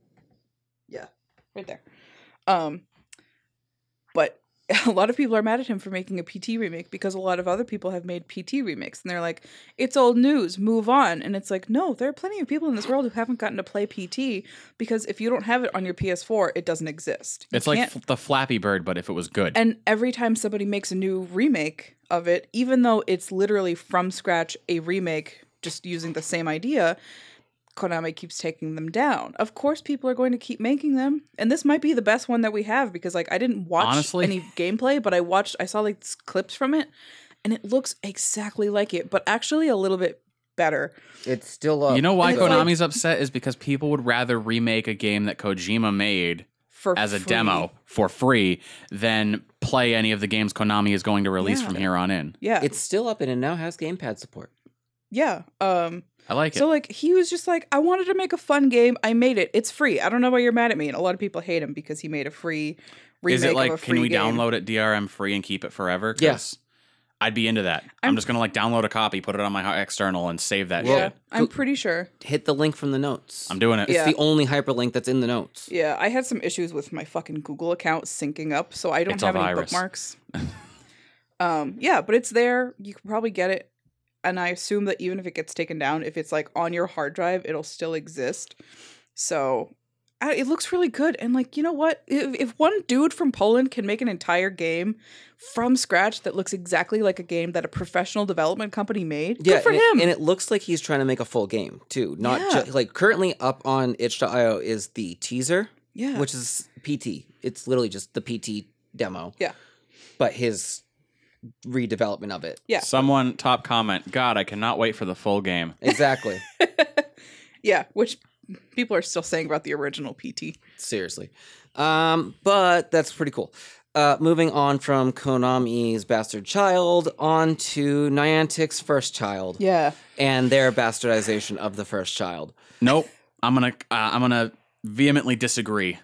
B: right there. Um, but *laughs* a lot of people are mad at him for making a PT remake because a lot of other people have made PT remakes and they're like, it's old news, move on. And it's like, no, there are plenty of people in this world who haven't gotten to play PT because if you don't have it on your PS4, it doesn't exist. You
A: It's like
B: can't-
A: f- the Flappy Bird, but if it was good.
B: And every time somebody makes a new remake of it, even though it's literally from scratch a remake, just using the same idea, Konami keeps taking them down. Of course, people are going to keep making them, and this might be the best one that we have because, like, I didn't watch
A: Honestly.
B: any gameplay, but I watched, I saw like s- clips from it, and it looks exactly like it, but actually a little bit better.
C: It's still up.
A: you know why
B: uh, and it's like-
A: Konami's upset is because people would rather remake a game that Kojima made
B: For
A: as a
B: free.
A: demo for free than play any of the games Konami is going to release
B: Yeah.
A: from here on in.
B: yeah,
C: It's still up and it now has gamepad support.
B: yeah. Um,
A: I like it.
B: So like he was just like, I wanted to make a fun game. I made it. It's free. I don't know why you're mad at me. And a lot of people hate him because he made a free remake
A: Is it
B: of a
A: like
B: free
A: can we
B: game.
A: download it DRM free and keep it forever? 'Cause
C: Yes.
A: I'd be into that. I'm,
B: I'm-
A: just gonna like download a copy, put it on my ho- external, and save that
B: Yeah,
A: shit.
B: I'm pretty sure.
C: Hit the link from the notes.
A: I'm doing it.
C: it's
B: Yeah.
C: the only hyperlink that's in the notes.
B: Yeah, I had some issues with my fucking Google account syncing up, so I don't
A: It's a
B: have any
A: virus. *laughs*
B: bookmarks. um, yeah, but it's there. You can probably get it. And I assume that even if it gets taken down, if it's like on your hard drive, it'll still exist. So I, it looks really good. And like, you know what? If, if one dude from Poland can make an entire game from scratch that looks exactly like a game that a professional development company made, good for
C: and
B: him.
C: It, and it looks like he's trying to make a full game too. Not
B: Yeah.
C: ju- like currently up on itch.io is the teaser,
B: yeah.
C: which is PT. It's literally just the PT demo.
B: Yeah.
C: But his redevelopment of it.
B: Yeah.
A: Someone top comment. God, I cannot wait for the full game.
B: *laughs*
C: Exactly.
B: yeah, which people are still saying about the original PT.
C: Seriously. Um, but that's pretty cool. Uh, moving on from Konami's bastard child on to Niantic's first child
B: Yeah.
C: and their bastardization of the first child.
A: Nope. I'm gonna uh, I'm gonna vehemently disagree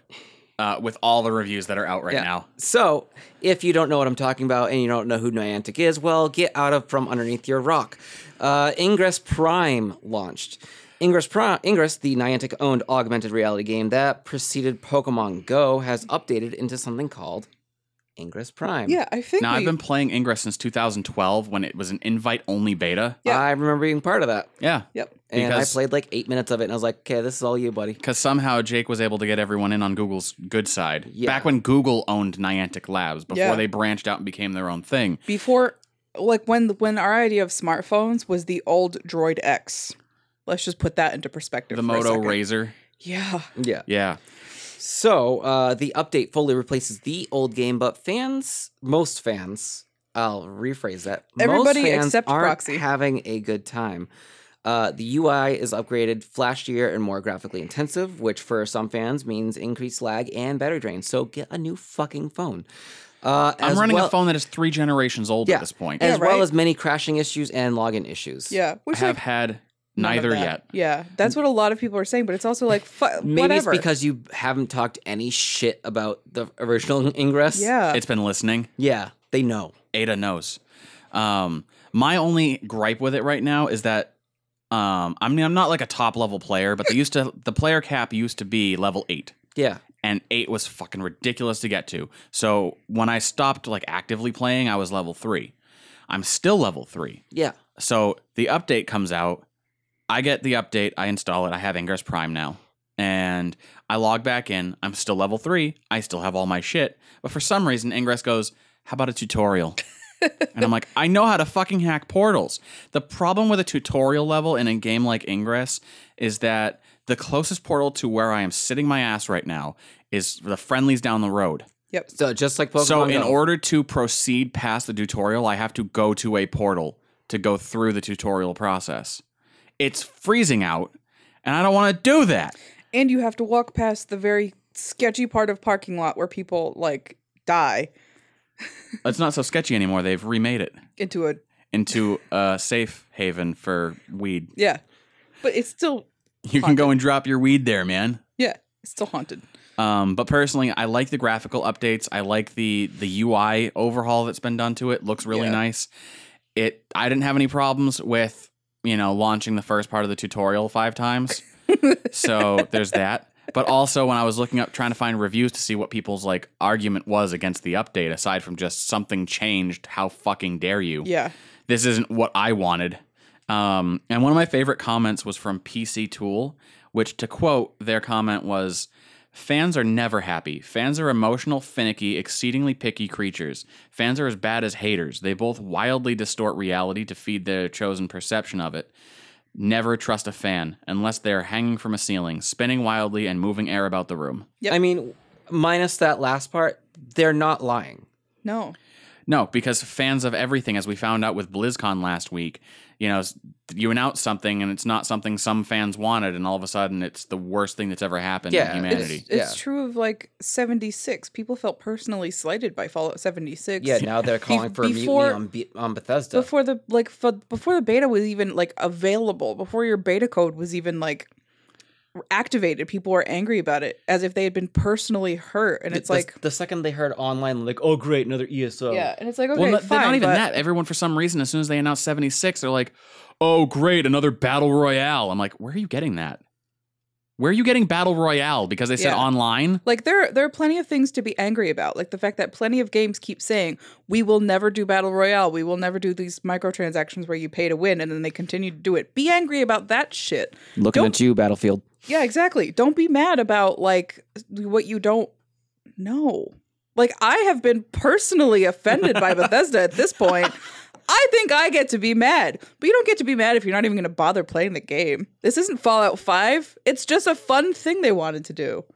A: uh, with all the reviews that are out right
C: Yeah.
A: now.
C: So, if you don't know what I'm talking about and you don't know who Niantic is, well, get out of from underneath your rock. Uh, Ingress Prime launched. Ingress, Prime, Ingress, the Niantic-owned augmented reality game that preceded Pokemon Go, has updated into something called Ingress Prime.
B: Yeah, I think
A: Now
B: we,
A: I've been playing Ingress since 2012 when it was an invite only beta.
B: Yeah.
C: I remember being part of that,
A: Yeah,
B: Yep.
C: and
A: Because-
C: I played like eight minutes of it, and I was like, "Okay, this is all you, buddy."
A: because somehow Jake was able to get everyone in on Google's good side.
C: Yeah.
A: Back when Google owned Niantic Labs before
B: Yeah.
A: they branched out and became their own thing.
B: Before, like when when our idea of smartphones was the old Droid X. Let's just put that into perspective.
A: The
B: for a
A: Moto
B: second.
A: Razor.
B: Yeah.
C: Yeah.
A: Yeah.
C: So uh, the update fully replaces the old game, but fans, most fans, I'll rephrase that.
B: Everybody
C: most fans
B: except
C: aren't
B: Proxy.
C: having a good time. Uh, the UI is upgraded, flashier, and more graphically intensive, which for some fans means increased lag and battery drain. So get a new fucking phone. Uh,
A: I'm
C: as
A: running
C: well,
A: a phone that is three generations old
C: Yeah.
A: at this point.
C: as
B: Yeah, right?
C: well as many crashing issues and login issues.
B: Yeah.
A: I
B: Which
A: have
B: like,
A: had
B: none of
A: neither
B: that.
A: yet.
B: Yeah, that's what a lot of people are saying, but it's also like fu-
C: Maybe
B: whatever.
C: it's because you haven't talked any shit about the original *laughs* Ingress.
B: yeah,
A: It's been listening.
C: Yeah, they know.
A: Ada knows. Um, my only gripe with it right now is that um, I mean I'm not like a top level player, but they used to the player cap used to be level eight.
C: Yeah.
A: and eight was fucking ridiculous to get to. So when I stopped like actively playing, I was level three. I'm still level three.
C: Yeah.
A: So the update comes out. I get the update. I install it. I have Ingress Prime now. And I log back in. I'm still level three. I still have all my shit. But for some reason, Ingress goes, How about a tutorial? and I'm like, I know how to fucking hack portals. The problem with a tutorial level in a game like Ingress is that the closest portal to where I am sitting my ass right now is the friendlies down the road.
B: Yep.
C: So just like Pokemon
A: So in
C: Go.
A: order to proceed past the tutorial, I have to go to a portal to go through the tutorial process. It's freezing out, and I don't want to do that.
B: And you have to walk past the very sketchy part of parking lot where people like die
A: It's not so sketchy anymore. They've remade it
B: into a
A: into a safe haven for weed.
B: yeah. But it's still
A: You can go and drop your weed there, man.
B: yeah, it's still haunted.
A: Um, but personally, I like the graphical updates. I like the the UI overhaul that's been done to it. Looks really
B: Yeah.
A: nice. It. I didn't have any problems with you know launching the first part of the tutorial five times. so there's that. But also, when I was looking up trying to find reviews to see what people's like argument was against the update, aside from just something changed, how fucking dare you?
B: Yeah.
A: this isn't what I wanted. Um, and one of my favorite comments was from PC Tool, which to quote, their comment was Fans are never happy. Fans are emotional, finicky, exceedingly picky creatures. Fans are as bad as haters. They both wildly distort reality to feed their chosen perception of it. Never trust a fan unless they are hanging from a ceiling, spinning wildly, and moving air about the room.
B: Yep.
C: I mean, minus that last part, they're not lying.
B: No.
A: No, because fans of everything, as we found out with BlizzCon last week, you know, s- you announce something and it's not something some fans wanted, and all of a sudden it's the worst thing that's ever happened
C: Yeah,
A: in humanity.
B: It's, it's
C: Yeah.
B: true of like 76. People felt personally slighted by Fallout 76.
C: Yeah, now they're calling for
B: before-
C: mutiny on, Be- on Bethesda.
B: Before the like f- before the beta was even like available, before your beta code was even like activated, people were angry about it as if they had been personally hurt. And
C: The-
B: it's
C: the-
B: like
C: the, second they heard online, like, oh great, another ESO.
B: yeah, and it's like okay,
A: well, no- they're
B: fine,
A: not even
B: but-
A: that. Everyone, for some reason, as soon as they announced 76, they're like, oh, great, another Battle Royale. I'm like, where are you getting that? Where are you getting Battle Royale? Because they said
B: Yeah.
A: online?
B: Like there, there are plenty of things to be angry about, like the fact that plenty of games keep saying we will never do battle royale, we will never do these microtransactions where you pay to win, and then they continue to do it. Be angry about that shit.
C: Looking
B: Don't-
C: at you, Battlefield.
B: Yeah, exactly. Don't be mad about like what you don't know. Like I have been personally offended by Bethesda at this point. I think I get to be mad, but you don't get to be mad if you're not even going to bother playing the game. This isn't Fallout 5. It's just a fun thing they wanted to do.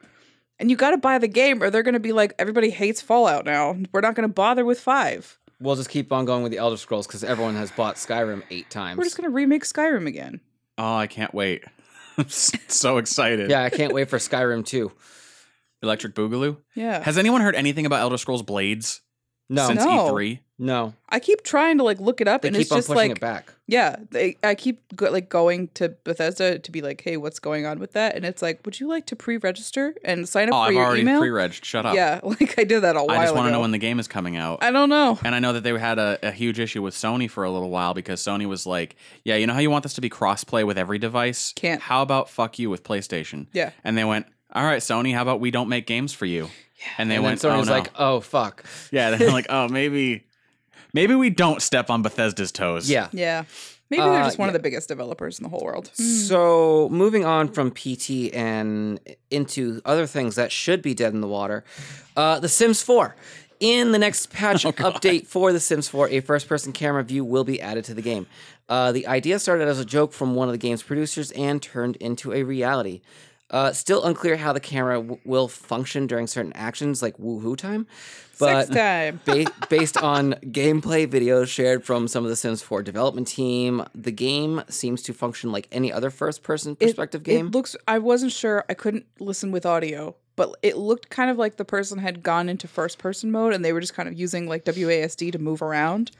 B: And you got to buy the game or they're going to be like everybody hates Fallout now. We're not going to bother with 5.
C: We'll just keep on going with the Elder Scrolls because everyone has bought Skyrim eight times.
B: We're just going to remake Skyrim again.
A: Oh, I can't wait. *laughs* I'm s- so excited.
C: yeah, I can't wait for Skyrim two.
A: Electric Boogaloo.
B: Yeah.
A: Has anyone heard anything about Elder Scrolls Blades
C: No,
A: since E
B: No.
A: E3?
C: no,
B: I keep trying to like look it up
C: they
B: and
C: keep
B: it's
C: on
B: just
C: pushing
B: like
C: it back.
B: Yeah, they, I keep go, like going to Bethesda to be like, "Hey, what's going on with that?" And it's like, "Would you like to pre-register and sign up
A: Oh,
B: for
A: I've
B: your
A: already
B: email?"
A: pre regged. Shut up.
B: yeah, *laughs* like I did that a while
A: I just
B: ago.
A: want to know when the game is coming out.
B: I don't know.
A: And I know that they had a, a huge issue with Sony for a little while because Sony was like, yeah, you know how you want this to be crossplay with every device?
B: Can't.
A: How about fuck you with PlayStation?
B: Yeah.
A: And they went, all right, Sony, how about we don't make games for you? And they
C: And then
A: went,
C: Sony's
A: oh, no.
C: like, oh fuck.
A: *laughs* yeah, they're like, oh, maybe, maybe we don't step on Bethesda's toes.
C: Yeah.
B: Yeah, maybe they're
C: Uh,
B: just one of
C: yeah.
B: the biggest developers in the whole world. Hmm,
C: So moving on from PT and into other things that should be dead in the water, uh, The Sims 4. In the next patch update for The Sims 4, a first-person camera view will be added to the game. Uh, the idea started as a joke from one of the game's producers and turned into a reality. Uh, still unclear how the camera w- will function during certain actions, like woohoo time. But
B: Sex time.
C: ba- based on gameplay videos shared from some of the Sims 4 development team, the game seems to function like any other first-person perspective game.
B: It looks. I wasn't sure. I couldn't listen with audio, but it looked kind of like the person had gone into first-person mode, and they were just kind of using like WASD to move around.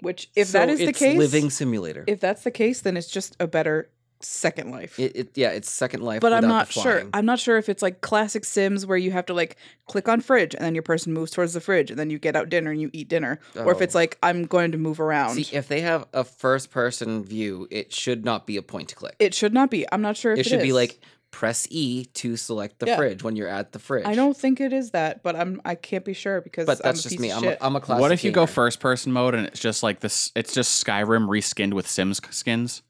B: Which, if that
C: So
B: is the
C: it's
B: case,
C: living simulator.
B: if that's the case, then it's just a better Second Life.
C: it, it, yeah, it's Second Life,
B: but I'm
C: without the
B: not sure.
C: flying.
B: I'm not sure if it's like classic Sims where you have to like click on fridge and then your person moves towards the fridge and then you get out dinner and you eat dinner, or if
C: Oh.
B: it's like I'm going to move around.
C: See, if they have a first-person view, it should not be a point-click.
B: it should not be. I'm not sure if
C: It should be
B: is.
C: like press E to select the
B: Yeah.
C: fridge when you're at the fridge.
B: I don't think it is that, but I'm I can't be sure because
C: but that's
B: I'm a
C: just
B: piece
C: me.
B: Of
C: I'm a,
B: shit.
C: I'm a classic.
A: What if you go
C: gamer.
A: first person mode and it's just like this? It's just Skyrim reskinned with Sims skins.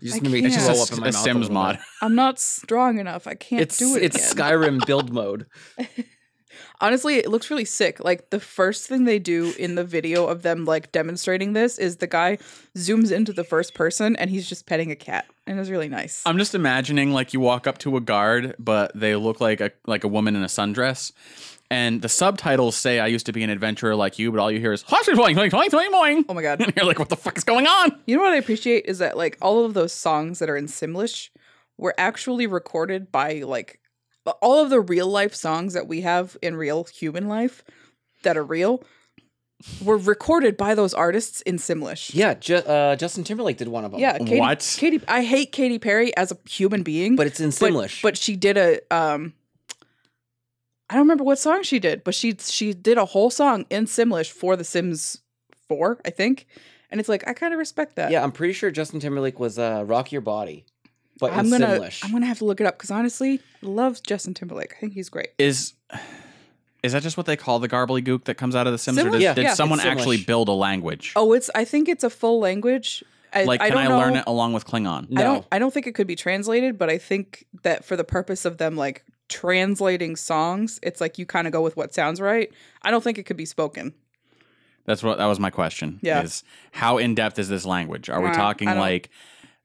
C: You just
B: I
C: made me
B: can't.
A: It's
C: blow
A: just a,
C: up in
A: a
C: my mouth
A: Sims
C: little
A: mod.
C: bit.
B: I'm not strong enough. I can't
C: It's
B: do it.
C: it's
B: again.
C: Skyrim build mode.
B: Honestly, it looks really sick. Like the first thing they do in the video of them like demonstrating this is the guy zooms into the first person and he's just petting a cat, and it's really nice.
A: I'm just imagining like you walk up to a guard, but they look like a like a woman in a sundress. And the subtitles say, "I used to be an adventurer like you," but all you hear is "Hosh boing boing boing boing boing." *laughs*
B: oh my god!
A: And you're like, "What the fuck is going on?"
B: You know what I appreciate is that like all of those songs that are in Simlish were actually recorded by like all of the real life songs that we have in real human life that are real were recorded by those artists in Simlish.
C: Yeah, ju- uh, Justin Timberlake did one of them.
B: Yeah, Katy,
A: What?
B: Katy, I hate Katy Perry as a human being,
C: but it's in
B: but,
C: Simlish.
B: but she did a um I don't remember what song she did, but she she did a whole song in Simlish for The Sims 4, I think. And it's like I kind of respect that.
C: yeah, I'm pretty sure Justin Timberlake was uh, "Rock Your Body," but
B: I'm
C: in
B: gonna
C: Simlish.
B: I'm gonna have to look it up because honestly, I love Justin Timberlake. I think he's great.
A: Is is that just what they call the gobbledygook that comes out of the Sims? Or
B: Simlish?
A: does,
C: Yeah.
A: did
B: Yeah.
A: someone
C: It's Simlish.
A: actually build a language?
B: Oh, it's I think it's a full language. I,
A: like, can
B: don't
A: I,
B: know.
A: learn it along with Klingon?
B: I
C: No.
B: don't I don't think it could be translated, but I think that for the purpose of them like translating songs, it's like you kind of go with what sounds right. I don't think it could be spoken.
A: That's what that was my question.
B: Yeah.
A: Is how in depth is this language? Are we
B: Uh,
A: talking
B: I don't-
A: like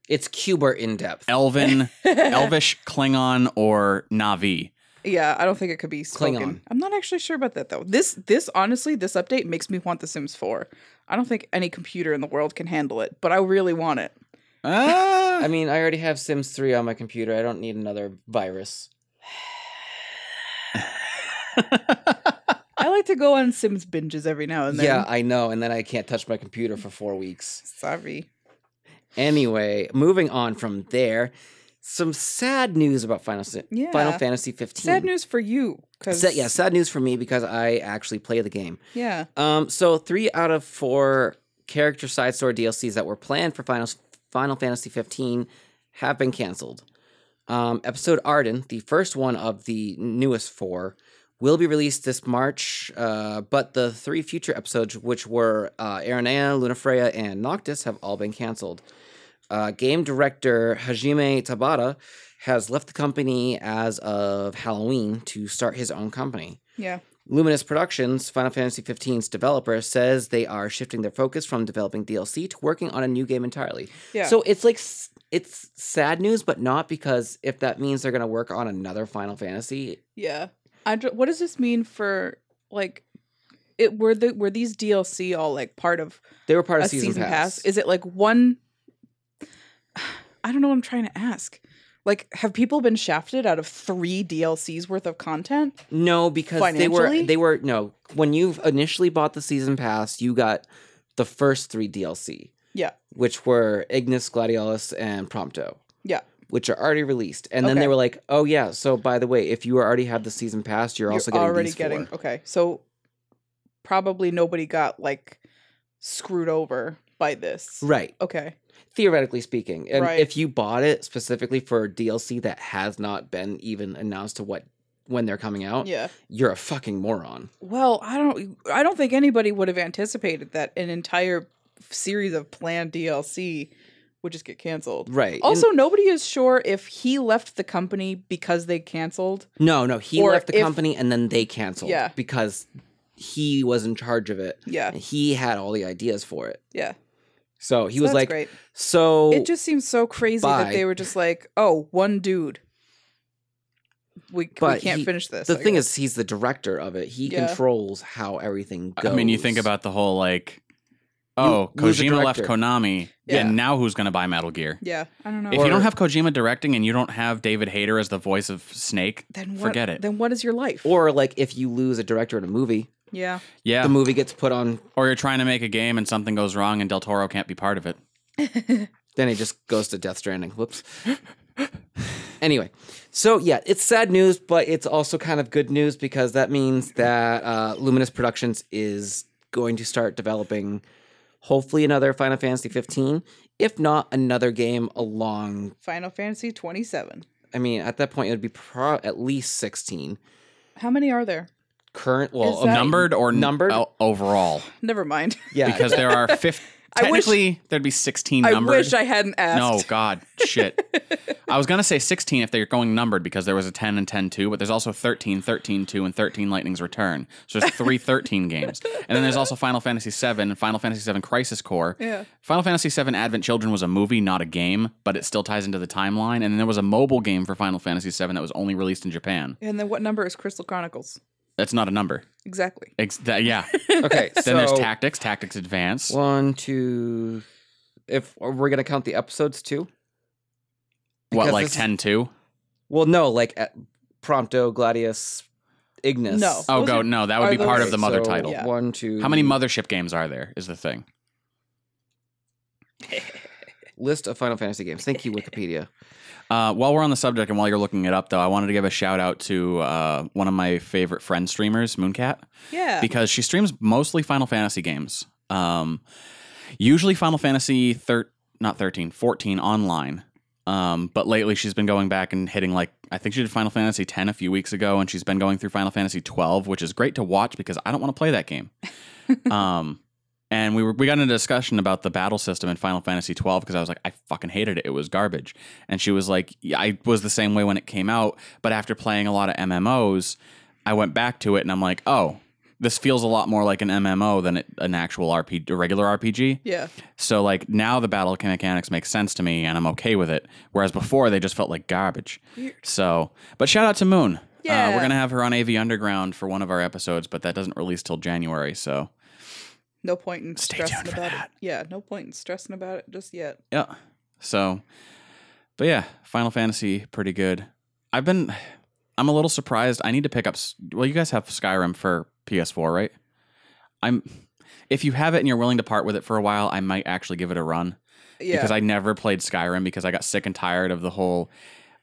C: it's Cuber in depth.
B: *laughs*
A: Elven, Elvish, Klingon, or Navi?
B: Yeah, I don't think it could be spoken.
C: Klingon.
B: I'm not actually sure about that though. This this honestly, this update makes me want The Sims 4. I don't think any computer in the world can handle it, but I really want it.
A: Ah,
C: I mean, I already have Sims 3 on my computer. I don't need another virus.
B: I like to go on Sims binges every now and then.
C: Yeah, I know. And then I can't touch my computer for four weeks.
B: Sorry.
C: Anyway, moving on from there, some sad news about Final, Sa-
B: Yeah.
C: Final Fantasy 15.
B: Sad news for you. 'cause-
C: Hmm. Sa- yeah, sad news for me because I actually play the game.
B: Yeah.
C: Um, so three out of four character side story DLCs that were planned for Final Final Fantasy 15 have been canceled. Um, episode Arden, the first one of the newest four, will be released this March. Uh, but the three future episodes, which were uh, Aranea, Lunafreya, and Noctis, have all been canceled. Uh, game director Hajime Tabata has left the company as of Halloween to start his own company.
B: Yeah.
C: Luminous Productions, Final Fantasy XV's developer, says they are shifting their focus from developing DLC to working on a new game entirely.
B: Yeah.
C: So it's like s- it's sad news, but not because if that means they're going to work on another Final Fantasy,
B: Yeah. I dr- what does this mean for like it were the were these DLC all like part of
C: they were part
B: a
C: of season, pass.
B: Is it like one *sighs* I don't know what I'm trying to ask. Like have people been shafted out of 3 DLCs worth of content?
C: no, because they were
B: Financially?
C: they were no. When you initially bought the season pass, you got the first three DLC.
B: Yeah.
C: which were Ignis, Gladiolus, and Prompto.
B: Yeah.
C: Which are already released, and then
B: Okay.
C: they were like, "Oh yeah, so by the way, if you already have the season pass, you're, also getting
B: already
C: these
B: getting
C: four.
B: okay. So probably nobody got like screwed over by this.
C: Right.
B: Okay.
C: Theoretically speaking. And
B: Right.
C: if you bought it specifically for DLC that has not been even announced to what when they're coming out,
B: Yeah.
C: you're a fucking moron.
B: Well, I don't I don't think anybody would have anticipated that an entire series of planned DLC would just get canceled.
C: Right.
B: Also, nobody is sure if he left the company because they canceled.
C: And- no, no, he
B: or
C: left the
B: if-
C: company and then they canceled
B: Yeah.
C: because he was in charge of it.
B: Yeah.
C: And he had all the ideas for it.
B: Yeah.
C: So he
B: So
C: was
B: that's
C: like
B: great.
C: so
B: It just seems so crazy that
C: bye.
B: they were just like, "Oh, one dude. We, we
C: But
B: can't
C: he-
B: finish this."
C: the
B: I
C: thing
B: guess.
C: is he's the director of it. He
B: Yeah.
C: controls how everything goes.
A: I mean, you think about the whole like, oh,
C: who's the
A: Kojima left
C: director?
A: Konami,
B: Yeah.
A: and now who's going to buy Metal Gear?
B: yeah, I don't know.
A: If you
C: Or-
A: don't have Kojima directing and you don't have David Hayter as the voice of Snake,
B: then what,
A: forget it.
B: Then what is your life?
C: or like if you lose a director in a movie,
B: yeah,
A: yeah,
C: the movie gets put on
A: or you're trying to make a game and something goes wrong and Del Toro can't be part of it.
C: Then it just goes to Death Stranding. Whoops. anyway, so yeah, it's sad news, but it's also kind of good news because that means that uh, Luminous Productions is going to start developing, hopefully, another Final Fantasy 15, if not another game along.
B: Final Fantasy twenty seven.
C: I mean, at that point, it would be pro- at least 16.
B: How many are there? *laughs*
C: Current,
B: Is
C: well,
B: that- *laughs*
C: okay,
A: Numbered or n-
C: Numbered?
A: o- overall,
B: Never mind.
C: yeah,
A: because there are fif-
B: I wish
A: Technically, there'd be 16
B: *laughs* I
A: numbered.
B: wish I hadn't
A: no,
B: asked. *laughs*
A: God, shit. I was going to say 16 if they're going numbered because there was a 10 and 10 2, but there's also 13, 13 2, and 13 Lightning's Return. So there's three 13 games. And then there's also Final Fantasy VII and Final Fantasy VII Crisis Core.
B: Yeah.
A: Final Fantasy VII Advent Children was a movie, not a game, but it still ties into the timeline. And then there was a mobile game for Final Fantasy VII that was only released in Japan.
B: And then what number is Crystal Chronicles?
A: That's not a number.
B: Exactly.
A: Ex- that, yeah.
C: Okay. so
A: then there's Tactics, Tactics Advance.
C: One, two. If we're gonna count the episodes too.
A: what,
C: because
A: like
C: this is-
A: 10 2?
C: Well, no, like at Prompto, Gladius, Ignis.
B: No.
A: Oh,
B: Those
A: go.
B: are-
A: No, that would
B: are
A: be part
B: those-
A: of the mother
C: so
A: title.
B: Yeah.
C: One, two.
A: How many mothership games are there? Is the thing.
C: list of Final Fantasy games? Thank
B: *laughs*
C: you, Wikipedia.
A: Uh, while we're on the subject and while you're looking it up, though, I wanted to give a shout out to uh, one of my favorite friend streamers, Mooncat,
B: Yeah.
A: because she streams mostly Final Fantasy games. Um, usually Final Fantasy thir- not 13, 14 online. Um, but lately she's been going back and hitting like I think she did Final Fantasy 10 a few weeks ago and she's been going through Final Fantasy 12, which is great to watch because I don't want to play that game. um and we were we got into a discussion about the battle system in Final Fantasy 12 because I was like I fucking hated it. It was garbage. And she was like "Yeah, I was the same way when it came out, but after playing a lot of MMOs, I went back to it and I'm like, "Oh, this feels a lot more like an MMO than it, an actual RPG, a regular RPG."
B: yeah.
A: So like now the battle mechanics make sense to me and I'm okay with it. Whereas before they just felt like garbage.
B: Weird.
A: So, but shout out to Moon. Uh,
B: Yeah.
A: we're gonna have her on AV Underground for one of our episodes, but that doesn't release till January. So
B: No point in
A: Stay
B: stressing
A: tuned for
B: about
A: that.
B: it. Yeah. No point in stressing about it just yet.
A: yeah. So, but yeah, Final Fantasy pretty good. I've been, I'm a little surprised. I need to pick up. s- Well, you guys have Skyrim for PS4, right? I'm. If you have it and you're willing to part with it for a while, I might actually give it a run.
B: Yeah.
A: because I never played Skyrim because I got sick and tired of the whole.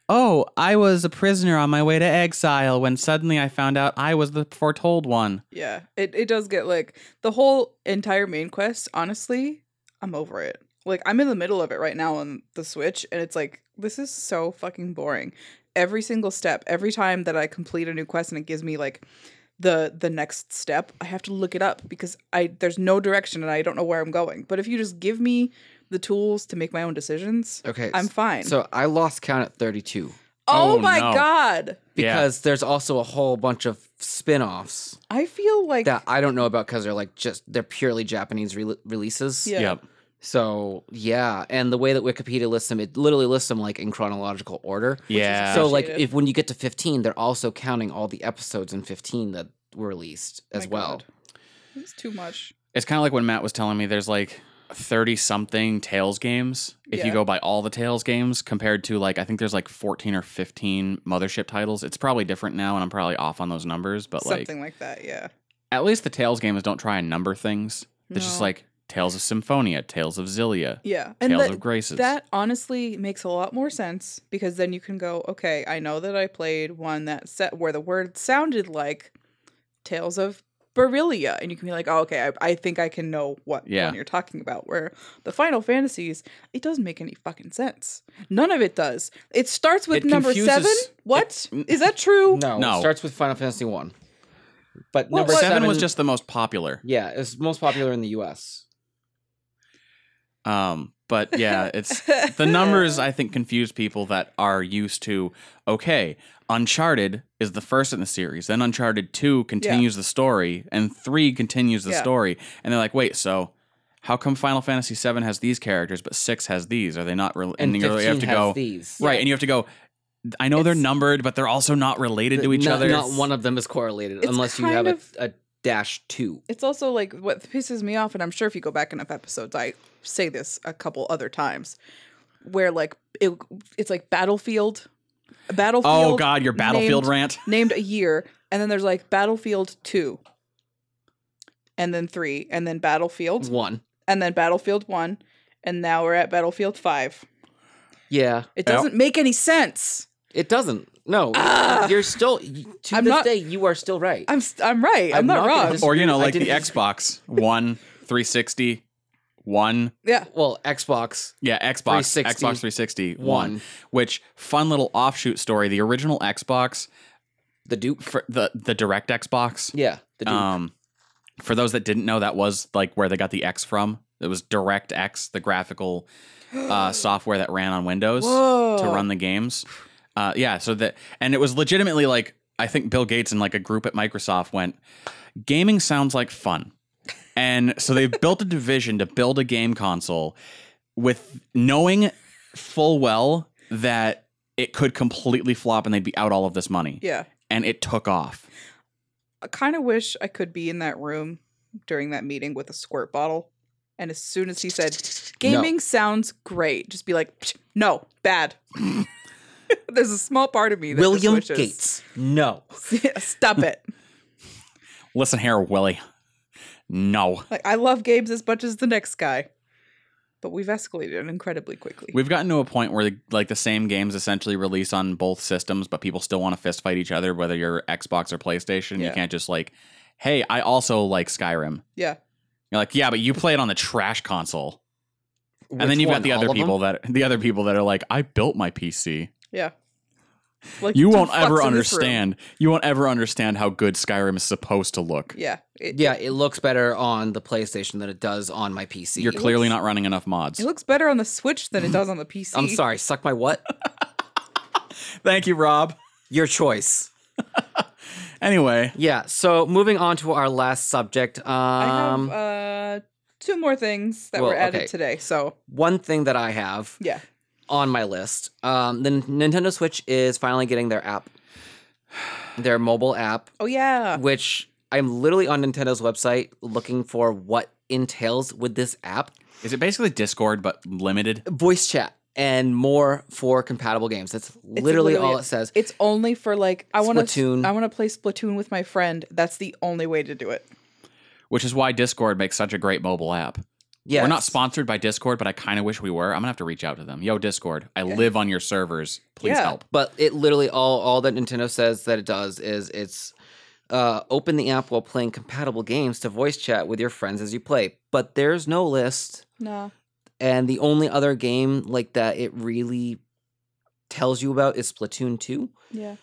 A: Oh, I was a prisoner on my way to exile when suddenly I found out I was the foretold one.
B: yeah. It it does get like the whole entire main quest, honestly, I'm over it. Like I'm in the middle of it right now on the Switch and it's like this is so fucking boring. Every single step, every time that I complete a new quest and it gives me like the the next step, I have to look it up because I there's no direction and I don't know where I'm going. But if you just give me the tools to make my own decisions,
C: Okay.
B: I'm fine.
C: So I lost count at 32
B: oh,
A: Oh,
B: my
A: no.
B: god.
A: Yeah.
C: because there's also a whole bunch of spin-offs
B: I feel like
C: that I don't know about because they're like just they're purely Japanese re- releases.
B: Yeah.
A: Yep.
C: So yeah, and the way that Wikipedia lists them, it literally lists them like in chronological order.
A: Yeah.
C: so like
B: Appreciated.
C: if when you get to 15, they're also counting all the episodes in 15 that were released as
B: Oh My
C: well.
B: God. it's too much.
A: it's kind of like when Matt was telling me there's like 30 something Tails games if you
B: Yeah.
A: go by all the Tails games compared to like I think there's like 14 or 15 mothership titles. It's probably different now and I'm probably off on those numbers, but like
B: Something like that, yeah.
A: at least the Tails games don't try and number things. It's just
B: No.
A: like Tales of Symphonia, Tales of Zillia,
B: Yeah. And
A: Tales
B: that,
A: of Graces.
B: that honestly makes a lot more sense because then you can go, okay, I know that I played one that set where the word sounded like Tales of Beryllia. And you can be like, oh, okay, I, I think I can know what
A: Yeah.
B: one you're talking about. Where the Final Fantasies, it doesn't make any fucking sense. None of it does. It starts with
A: It
B: number seven.
A: confuses-
B: What?
A: it-
B: Is that true? *laughs*
C: No,
A: No.
C: It starts with Final Fantasy one, but
B: Well,
C: number
B: what-
A: seven,
C: seven
A: was just the most popular.
C: yeah, it's most popular in the U.S.
A: Um, but yeah, it's the
C: *laughs*
A: numbers I think confuse people that are used to okay, Uncharted is the first in the series, then Uncharted 2 continues the story and 3 continues the
B: Yeah.
A: story and they're like, "Wait, so how come Final Fantasy 7 has these characters but 6 has these? Are they not re-
C: And,
A: you
C: 15
A: have to
C: has
A: go
C: these.
A: Right, and you have to go I know they're
B: It's-
A: numbered, but they're also not related to each
C: not,
A: other.
C: Not one of them is correlated
B: It's
C: unless you have
B: kind of-
C: a, a dash two.
B: it's also like what pisses me off and i'm sure if you go back enough episodes i say this a couple other times where like it, it's like battlefield battlefield
A: Oh god, your Battlefield rant.
B: named a year and then there's like battlefield 2 and then 3 and then battlefield
C: One.
B: and then battlefield 1 and now we're at battlefield 5
C: Yeah,
B: it
A: Yeah.
B: doesn't make any sense
C: it doesn't. No,
B: Ah!
C: you're still to
B: I'm
C: this
B: not-
C: day. You are still right.
B: i'm st- i'm right i'm,
C: I'm
B: not,
C: not gonna
B: wrong
C: dis-
A: Or you know,
C: I
A: like the
C: didn't just-
A: Xbox 1 360 1
B: yeah
C: well, Xbox.
A: Yeah, Xbox
C: 360,
A: Xbox 360 one.
C: one.
A: which fun little offshoot story. The original Xbox,
C: The Duke.
A: for the the direct Xbox.
C: Yeah, the Duke.
A: Um, for those that didn't know, that was like where they got the X from. It was DirectX, the graphical uh, software that ran on Windows
B: Whoa.
A: to run the games. Uh, yeah, so that and it was legitimately like I think Bill Gates and like a group at Microsoft went, gaming sounds like fun, and so they built a division to build a game console with knowing full well that it could completely flop and they'd be out all of this money,
B: yeah.
A: and it took off.
B: I kind of wish I could be in that room during that meeting with a squirt bottle. And as soon as he said, gaming sounds great, just be like, "Psh, no,
C: *laughs*
B: bad. *laughs* There's a small part of me that just
C: William
B: wishes- *laughs*
C: Gates. No.
B: Stop it.
A: Listen here, Willie. No.
B: Like, I love games as much as the next guy. But we've escalated incredibly quickly.
A: We've gotten to a point where like the same games essentially release on both systems, but people still want to fist fight each other, whether you're Xbox or PlayStation. You
B: Yeah.
A: can't just like, hey, I also like Skyrim.
B: yeah.
A: You're like, yeah, but you play it on the trash console. and then
C: Which
A: you've
C: one?
A: got the
C: All
A: other
C: of them?
A: people that the other people that are like, I built my PC.
B: Yeah. Like
A: You
B: two
A: won't
B: fucks in this
A: ever
B: room.
A: understand. You won't ever understand how good Skyrim is supposed to look.
B: Yeah. It,
C: Yeah, it looks better on the PlayStation than it does on my PC.
A: You're clearly not running enough mods.
B: it looks better on the Switch than it does on the PC.
C: I'm sorry, suck my what?
A: Thank you, Rob.
C: Your choice.
A: Anyway,
C: Yeah, so moving on to our last subject. Um
B: I have uh, two more things that
C: well,
B: were added
C: okay.
B: today. So
C: one thing that I have
B: yeah,
C: on my list. Um the Nintendo Switch is finally getting their app. Their mobile app,
B: oh yeah,
C: which I'm literally on Nintendo's website looking for what entails with this app.
A: is it basically Discord but limited?
C: Voice chat and more for compatible games. That's literally,
B: literally
C: all
B: it.
C: it says.
B: it's only for like I want
C: Splatoon.
B: to I want to play Splatoon with my friend. That's the only way to do it.
A: Which is why Discord makes such a great mobile app.
C: Yeah.
A: We're not sponsored by Discord, but I kind of wish we were. I'm gonna have to reach out to them. Yo, Discord, I live on your servers. Please
B: Yeah.
A: help.
C: But it literally all all that Nintendo says that it does is it's uh, open the app while playing compatible games to voice chat with your friends as you play. But there's no list,
B: No,
C: and the only other game like that it really tells you about is Splatoon two,
B: yeah,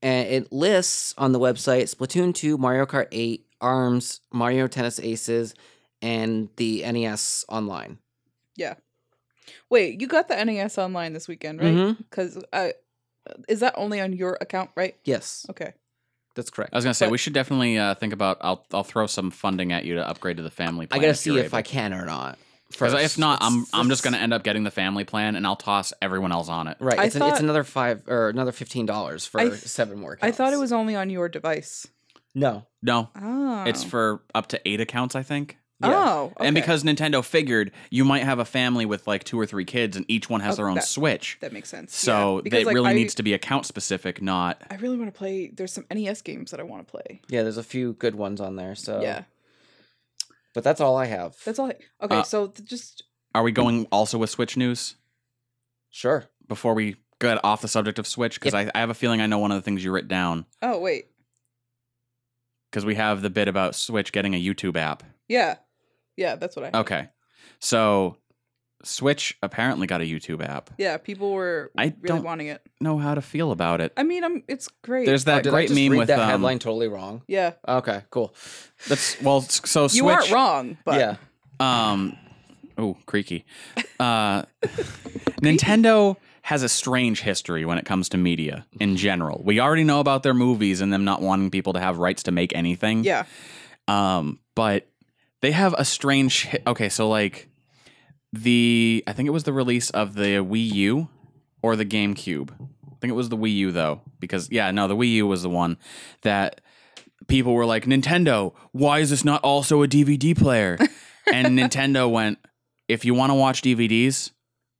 C: and it lists on the website Splatoon two, Mario Kart eight, Arms, Mario Tennis Aces, and the NES Online.
B: wait, you got the NES online this weekend, right?
C: Mhm.
B: Because is that only on your account, right?
C: Yes,
B: Okay,
C: that's correct.
A: I was gonna say
B: But-
A: we should definitely uh, think about. I'll I'll throw some funding at you to upgrade to the family.
C: I
A: plan
C: gotta see if I
A: I
C: can or not.
A: Because
C: First.
A: if not, I'm I'm just
C: That's-
A: gonna end up getting the family plan, and I'll toss everyone else on it.
C: Right.
B: I
C: It's, an, it's
B: thought-
C: another five or another fifteen dollars for
B: I th-
C: seven more.
B: I thought it
C: accounts.
B: was only on your device.
C: no.
A: No,
B: Oh,
A: it's for up to eight accounts, I think.
B: oh,
A: And
B: okay.
A: because Nintendo figured you might have a family with like two or three kids, and each one has
B: Oh,
A: their own
B: that-
A: Switch,
B: that makes sense.
A: so
B: yeah.
A: it
B: because, like,
A: really
B: I,
A: needs to be account specific, not
B: I really want to play. There's some NES games that I want to play.
C: Yeah, there's a few good ones on there. So
B: Yeah,
C: but that's all I have.
B: that's all. I, okay,
A: Uh,
B: so th- just
A: Are we going also with Switch news
C: sure.
A: before we get off the subject of Switch? Because I, I have a feeling I know one of the things you wrote down.
B: oh wait,
A: Because we have the bit about Switch getting a YouTube app.
B: yeah, yeah, that's what I.
A: Okay. So Switch apparently got a YouTube app.
B: Yeah, people were
A: I
B: really
A: don't
B: wanting it.
A: know how to feel about it.
B: I mean, I'm it's great.
A: There's
C: Oh,
A: that
C: did I
A: great
C: just
A: meme
C: read
A: with
C: that
A: um,
C: headline totally wrong.
B: yeah,
C: Okay, cool.
A: That's well. s- So Switch.
B: you aren't wrong, but
C: yeah.
A: Um, oh, creaky. Uh, Nintendo has a strange history when it comes to media in general. We already know about their movies and them not wanting people to have rights to make anything.
B: yeah,
A: Um, but they have a strange. hi- Okay, so like the I think it was the release of the Wii U or the GameCube. I think it was the Wii U though, because yeah, no, the Wii U was the one that people were like, Nintendo, why is this not also a DVD player? and Nintendo went, if you want to watch DVDs,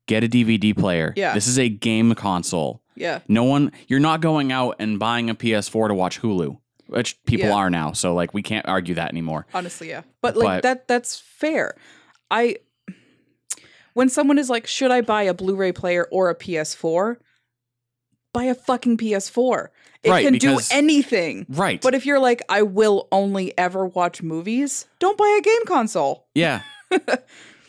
A: get a DVD player.
B: Yeah.
A: This is a game console.
B: yeah,
A: No one, you're not going out and buying a PS4 to watch Hulu, which people
B: Yeah.
A: are now. So like, we can't argue that anymore.
B: honestly, yeah. But like
A: But-
B: that, that's fair. I when someone is like, should I buy a Blu-ray player or a PS4? Buy a fucking PS4. It
A: Right,
B: can do
A: because-
B: anything.
A: Right.
B: But if you're like, I will only ever watch movies, don't buy a game console. *laughs*
A: yeah.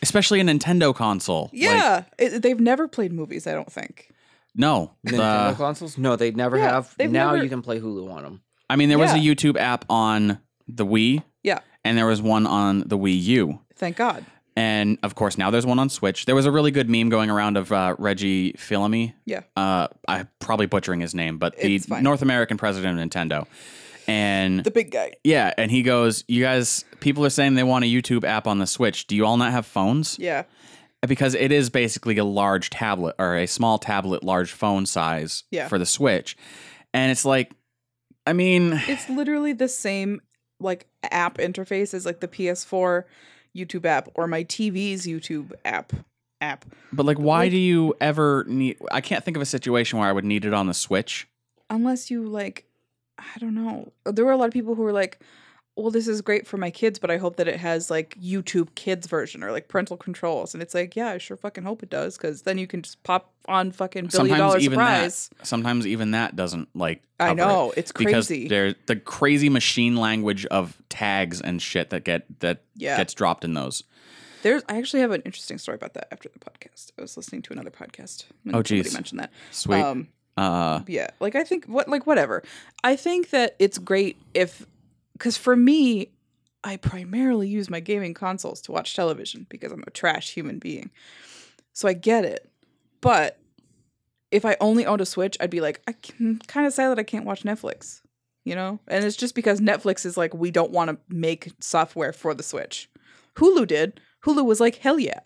A: Especially a Nintendo console. Like,
B: Yeah, it, they've never played movies. I don't think.
A: no.
C: Nintendo
A: The,
C: consoles? No, they never
B: yeah,
C: have.
B: they've
C: Now
B: never-
C: you can play Hulu on them.
A: I mean, there was a
B: Yeah.
A: YouTube app on the Wii
B: Yeah,
A: and there was one on the Wii U.
B: thank God.
A: And of course, now there's one on Switch. There was a really good meme going around of uh, Reggie Fillamy.
B: Yeah.
A: Uh, I'm probably butchering his name, but the
B: It's fine.
A: North American president of Nintendo. And
B: The big guy.
A: yeah, and he goes, You guys, people are saying they want a YouTube app on the Switch. Do you all not have phones?
B: Yeah.
A: Because it is basically a large tablet or a small tablet, large phone size
B: Yeah.
A: for the Switch. And it's like, I mean,
B: It's literally the same like app interface as like the PS4 YouTube app or my TV's YouTube app app.
A: but like, why
B: Like-
A: do you ever need? I can't think of a situation where I would need it on the Switch.
B: Unless you like I don't know. There were a lot of people who were like, "Well, this is great for my kids, but I hope that it has like YouTube Kids version or like parental controls." And it's like, "Yeah, I sure fucking hope it does cuz then you can just pop on fucking billion
A: Sometimes
B: dollar
A: even that-
B: surprise."
A: Sometimes even that doesn't like.
B: I
A: cover it
B: know, it's
A: because
B: crazy.
A: they're the crazy machine language of tags and shit that get that
B: Yeah.
A: gets dropped in those.
B: There's I actually have an interesting story about that after the podcast. I was listening to another podcast. when
A: Oh,
B: somebody
A: geez.
B: mentioned that.
A: Sweet.
B: Um
A: uh,
B: yeah like i think what like whatever i think that it's great if because for me i primarily use my gaming consoles to watch television because i'm a trash human being so i get it but if i only owned a switch i'd be like i can kind of sad that i can't watch netflix you know and it's just because netflix is like we don't want to make software for the switch hulu did hulu was like hell yeah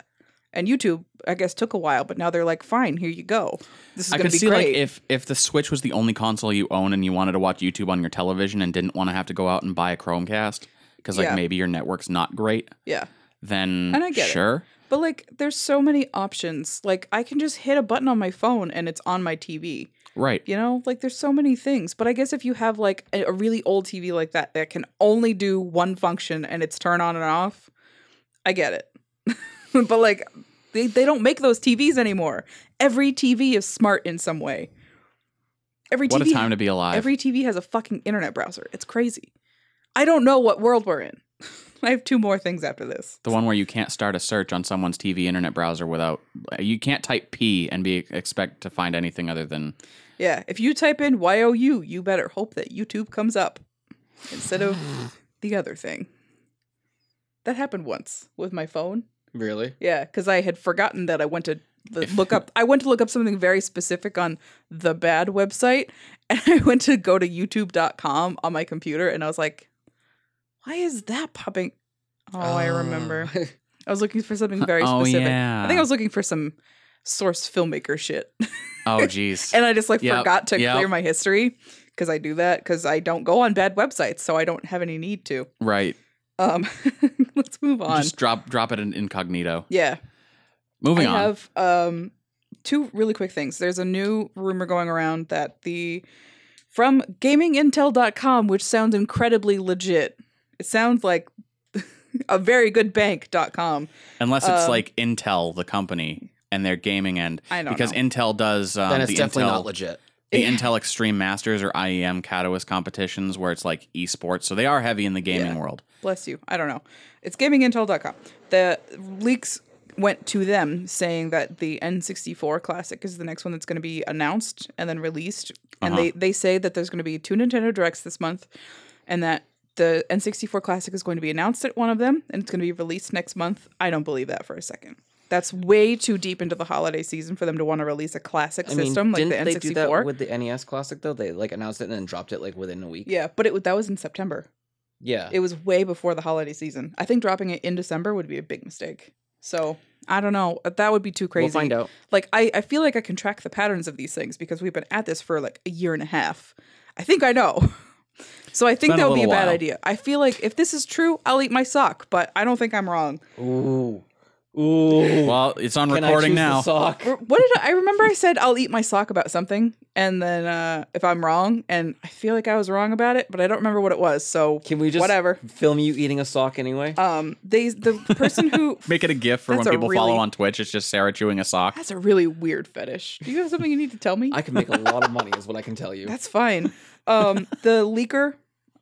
B: and youtube i guess took a while but now they're like fine here you go this is
A: I
B: going to
A: could
B: be
A: see
B: great
A: like if if the Switch was the only console you own and you wanted to watch YouTube on your television and didn't want to have to go out and buy a Chromecast because like
B: Yeah.
A: maybe your network's not great,
B: yeah
A: then
B: And I get it.
A: sure.
B: But like there's so many options. Like I can just hit a button on my phone and it's on my TV.
A: Right.
B: You know? Like there's so many things. But I guess if you have like a, a really old TV like that that can only do one function and it's turn on and off, I get it. *laughs* but like they, they don't make those TVs anymore. Every TV is smart in some way. Every
A: What
B: TV
A: a time to be alive.
B: Every TV has a fucking internet browser. It's crazy. I don't know what world we're in. *laughs* I have two more things after this.
A: the one where you can't start a search on someone's TV internet browser without you can't type P and be expect to find anything other than
B: Yeah, if you type in YOU, you better hope that YouTube comes up instead of
A: *sighs*
B: the other thing. That happened once with my phone.
C: Really?
B: Yeah, because I had forgotten that I went to the- look up. I went to look up something very specific on the bad website, *laughs* and I went to go to YouTube.com on my computer, and I was like, "Why is that popping?" Oh, I
C: Um, *laughs*
B: remember. I was looking for something very
A: *laughs* oh
B: specific.
A: yeah
B: I think I was looking for some source filmmaker shit. *laughs*
A: oh geez
B: and I just like
A: Yep,
B: forgot to
A: yep.
B: clear my history because I do that because I don't go on bad websites, so I don't have any need to.
A: right
B: Um, *laughs* let's move on.
A: just drop drop it in incognito
B: yeah,
A: moving
B: I
A: on
B: have um two really quick things. There's a new rumor going around that the from gamingintel.com, which sounds incredibly legit. It sounds like *laughs* a very good bank.com.
A: unless it's
B: um,
A: like Intel the company and their gaming end
B: I don't
A: because
B: know.
A: Intel does um,
C: then it's
A: the
C: definitely
A: Intel,
C: not legit.
A: the
B: Yeah.
A: Intel Extreme Masters or IEM Catalyst competitions where it's like esports. So they are heavy in the gaming
B: Yeah.
A: world.
B: bless you. I don't know. It's gamingintel.com. The leaks went to them saying that the N64 Classic is the next one that's going to be announced and then released. And
A: Uh-huh.
B: they, they say that there's going to be two Nintendo Directs this month and that the N64 Classic is going to be announced at one of them and it's going to be released next month. I don't believe that for a second. That's way too deep into the holiday season for them to want to release a classic
C: I mean,
B: system like
C: didn't
B: the
C: they
B: N64.
C: do that with the NES Classic though? They like announced it and then dropped it like within a week.
B: yeah, but it, that was in September.
C: Yeah.
B: It was way before the holiday season. I think dropping it in December would be a big mistake. So I don't know. That would be too crazy.
C: We'll find out.
B: Like I, I feel like I can track the patterns of these things because we've been at this for like a year and a half. I think I know. *laughs* So I think
A: been a
B: that would be a
A: little
B: bad
A: while.
B: idea. I feel like if this is true, I'll eat my sock, but I don't think I'm wrong.
C: Ooh. Ooh.
A: Well, it's on
C: Can I
A: recording
C: choose the
A: now.
C: sock?
B: Or What did I, I remember I said I'll eat my sock about something and then uh if I'm wrong and I feel like I was wrong about it, but I don't remember what it was. So
C: Can we just
B: whatever.
C: film you eating a sock anyway?
B: Um they the person who
A: *laughs* Make it a GIF for
B: That's
A: when
B: a
A: people follow
B: really-
A: on Twitch. It's just Sarah chewing a sock.
B: That's a really weird fetish. Do you have something you need to tell me?
C: I can make a lot of money, is what I can tell
B: *laughs*
C: you.
B: That's fine. Um, the leaker,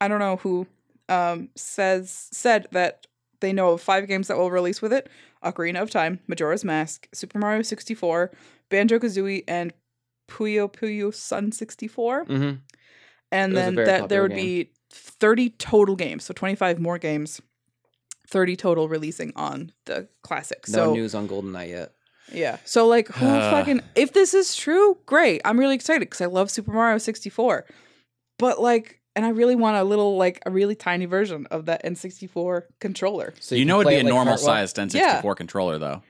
B: I don't know who, um, says said that they know of five games that will release with it: Ocarina of Time, Majora's Mask, Super Mario 64, Banjo Kazooie, and Puyo Puyo Sun 64.
C: Mm-hmm.
B: And
C: It was a
B: then
C: very
B: that there
C: popular
B: would be 30 total games, so 25 more games 30 total releasing on the classic.
C: No
B: so
C: news on GoldenEye yet.
B: yeah. So like who
A: Ah.
B: fucking if this is true, great. I'm really excited cuz I love Super Mario 64. But like and I really want a little like a really tiny version of that N64 controller. *laughs*
C: So
A: you
C: can
A: know it'd
C: play
A: be
C: it
A: a
C: like
A: normal
C: Hartwell.
A: sized N64 controller though.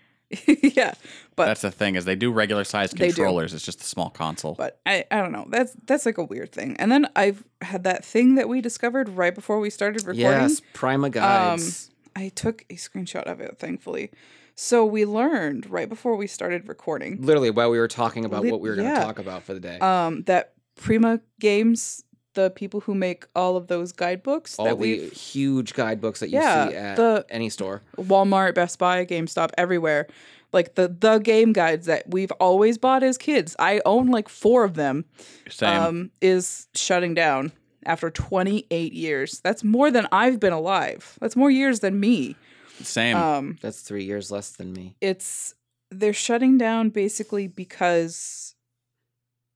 B: yeah. But
A: That's the thing is they do regular sized
B: They do.
A: controllers. It's just a small console.
B: but I, I don't know. That's that's like a weird thing. And then I've had that thing that we discovered right before we started recording.
C: Yes, Prima guides.
B: I took a screenshot of it, thankfully. So we learned right before we started recording
C: Literally, while we were talking about
B: Lit-
C: what we were going to
B: yeah.
C: talk about for the day,
B: um, that Prima Games, the people who make all of those guidebooks
C: all
B: that
C: the
B: we
C: huge guidebooks that you
B: Yeah,
C: see at
B: the-
C: any store.
B: Walmart, Best Buy, GameStop, everywhere, like the the game guides that we've always bought as kids. I own like four of them.
A: Same.
B: um, is shutting down after 28 years. That's more than I've been alive. That's more years than me.
A: Same.
B: Um,
C: That's three years less than me.
B: it's they're shutting down basically because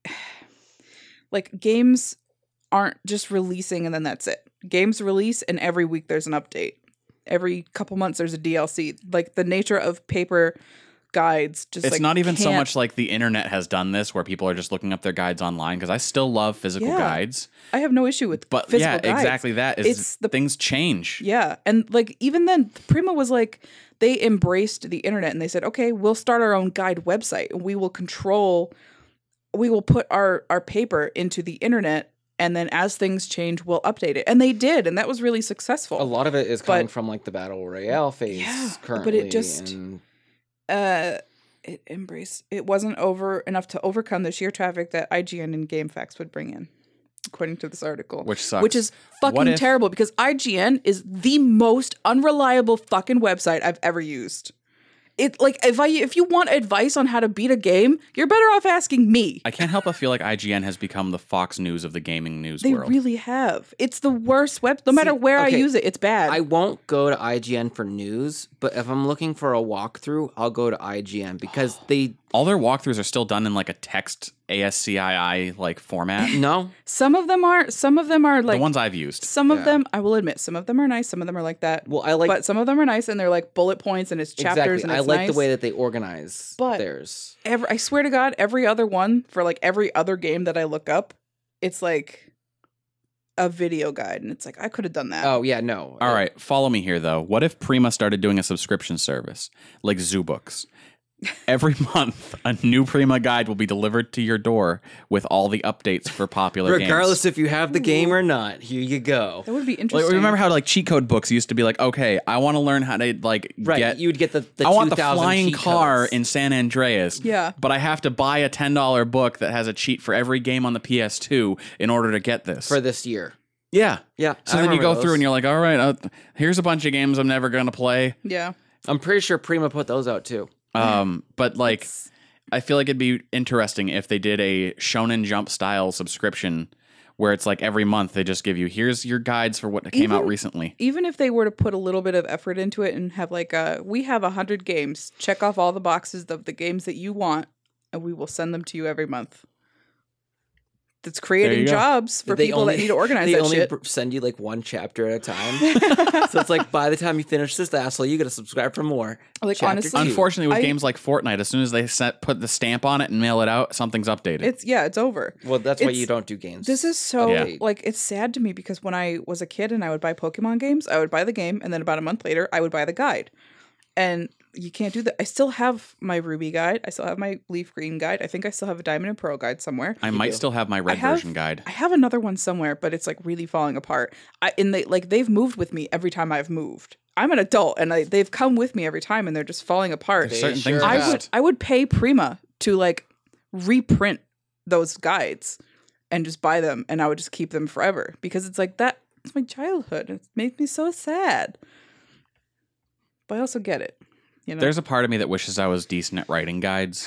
B: *sighs* like games aren't just releasing and then that's it. Games release and every week there's an update. Every couple months there's a DLC. Like the nature of paper guides just
A: it's
B: like,
A: not even so
B: can't-
A: much like the internet has done this where people are just looking up their guides online because I still love physical
B: Yeah.
A: guides.
B: I have no issue with
A: But
B: physical
A: yeah,
B: guides.
A: exactly that is
B: It's the-
A: things change.
B: Yeah. And like even then Prima was like they embraced the internet and they said, "Okay, we'll start our own guide website and we will control we will put our our paper into the internet and then as things change, we'll update it." And they did, and that was really successful.
C: A lot of it is coming
B: But-
C: from like the battle royale phase
B: Yeah,
C: currently.
B: but it just-
C: and
B: Uh it embraced it wasn't over enough to overcome the sheer traffic that IGN and GameFAQs would bring in, according to this article.
A: Which sucks.
B: Which is fucking
A: What if-
B: terrible because IGN is the most unreliable fucking website I've ever used. It like if I if you want advice on how to beat a game, you're better off asking me.
A: I can't help but feel like IGN has become the Fox News of the gaming news
B: they
A: world.
B: really have. It's the worst web. No matter
C: See,
B: where
C: okay,
B: I use it, it's bad.
C: I won't go to IGN for news, but if I'm looking for a walkthrough, I'll go to IGN because they
A: All their walkthroughs are still done in like a text ASCII like
B: *laughs*
A: format.
C: no.
B: some of them are. Some of them are like.
A: the ones I've used.
B: some of
C: yeah.
B: them, I will admit, some of them are nice. Some of them are like that.
C: Well, I like
B: but some of them are nice, and they're like bullet points, and it's chapters,
C: exactly.
B: and
C: I
B: it's
C: like
B: nice.
C: the way that they organize
B: But-
C: theirs.
B: every I swear to God, every other one for like every other game that I look up, it's like a video guide, and it's like I could have done that.
C: Oh yeah, no.
A: All right, follow me here though. What if Prima started doing a subscription service like ZooBooks? Every *laughs* month, a new Prima guide will be delivered to your door with all the updates for popular games.
C: Regardless if you have the game or not, here you go.
B: that would be
A: Like,
B: interesting.
A: remember how like cheat code books used to be like, okay, I want to learn how to like
C: Right,
A: get.
C: you would get the, the
A: I want the
C: 2000
A: flying
C: cheat
A: car
C: codes.
A: in San Andreas.
B: Yeah.
A: but I have to buy a ten dollar book that has a cheat for every game on the PS2 in order to get this.
C: for this year.
A: yeah,
C: Yeah.
A: So then you go through and you're like, all right, uh, here's a bunch of games I'm never going to play.
B: yeah,
C: I'm pretty sure Prima put those out too.
A: Um, but like, I feel like it'd be interesting if they did a Shonen Jump style subscription where it's like every month they just give you here's your guides for what came out
B: Even-
A: recently.
B: even if they were to put a little bit of effort into it and have like a we have a hundred games, check off all the boxes of the games that you want, and we will send them to you every month. That's creating
A: go.
B: jobs for
C: They
B: people
C: only-
B: that
C: *laughs*
B: need to organize
C: They
B: that
C: only
B: shit.
C: pr- send you like one chapter at a time. so it's like by the time you finish this asshole, you got to subscribe for more.
B: *laughs* Like,
C: Chapter
B: honestly-
C: two.
A: Unfortunately, with
B: I-
A: games like Fortnite, as soon as they set, put the stamp on it and mail it out, something's updated.
B: it's yeah, it's over.
C: well, that's why
B: it's-
C: you don't do games.
B: This is so
A: Yeah.
B: like it's sad to me because when I was a kid and I would buy Pokemon games, I would buy the game and then about a month later I would buy the guide. And you can't do that. I still have my Ruby guide. I still have my Leaf Green guide. I think I still have a Diamond and Pearl guide somewhere.
A: I might still have my red
B: have-
A: version guide.
B: I have another one somewhere, but it's like really falling apart. I and they like they've moved with me every time I've moved. I'm an adult and I, they've come with me every time and they're just falling apart.
C: They
A: certain
C: sure
A: things
B: I
A: Yeah.
B: would I would pay Prima to like reprint those guides and just buy them and I would just keep them forever because it's like that it's my childhood. It made me so sad. But I also get it. You know.
A: There's a part of me that wishes I was decent at writing guides.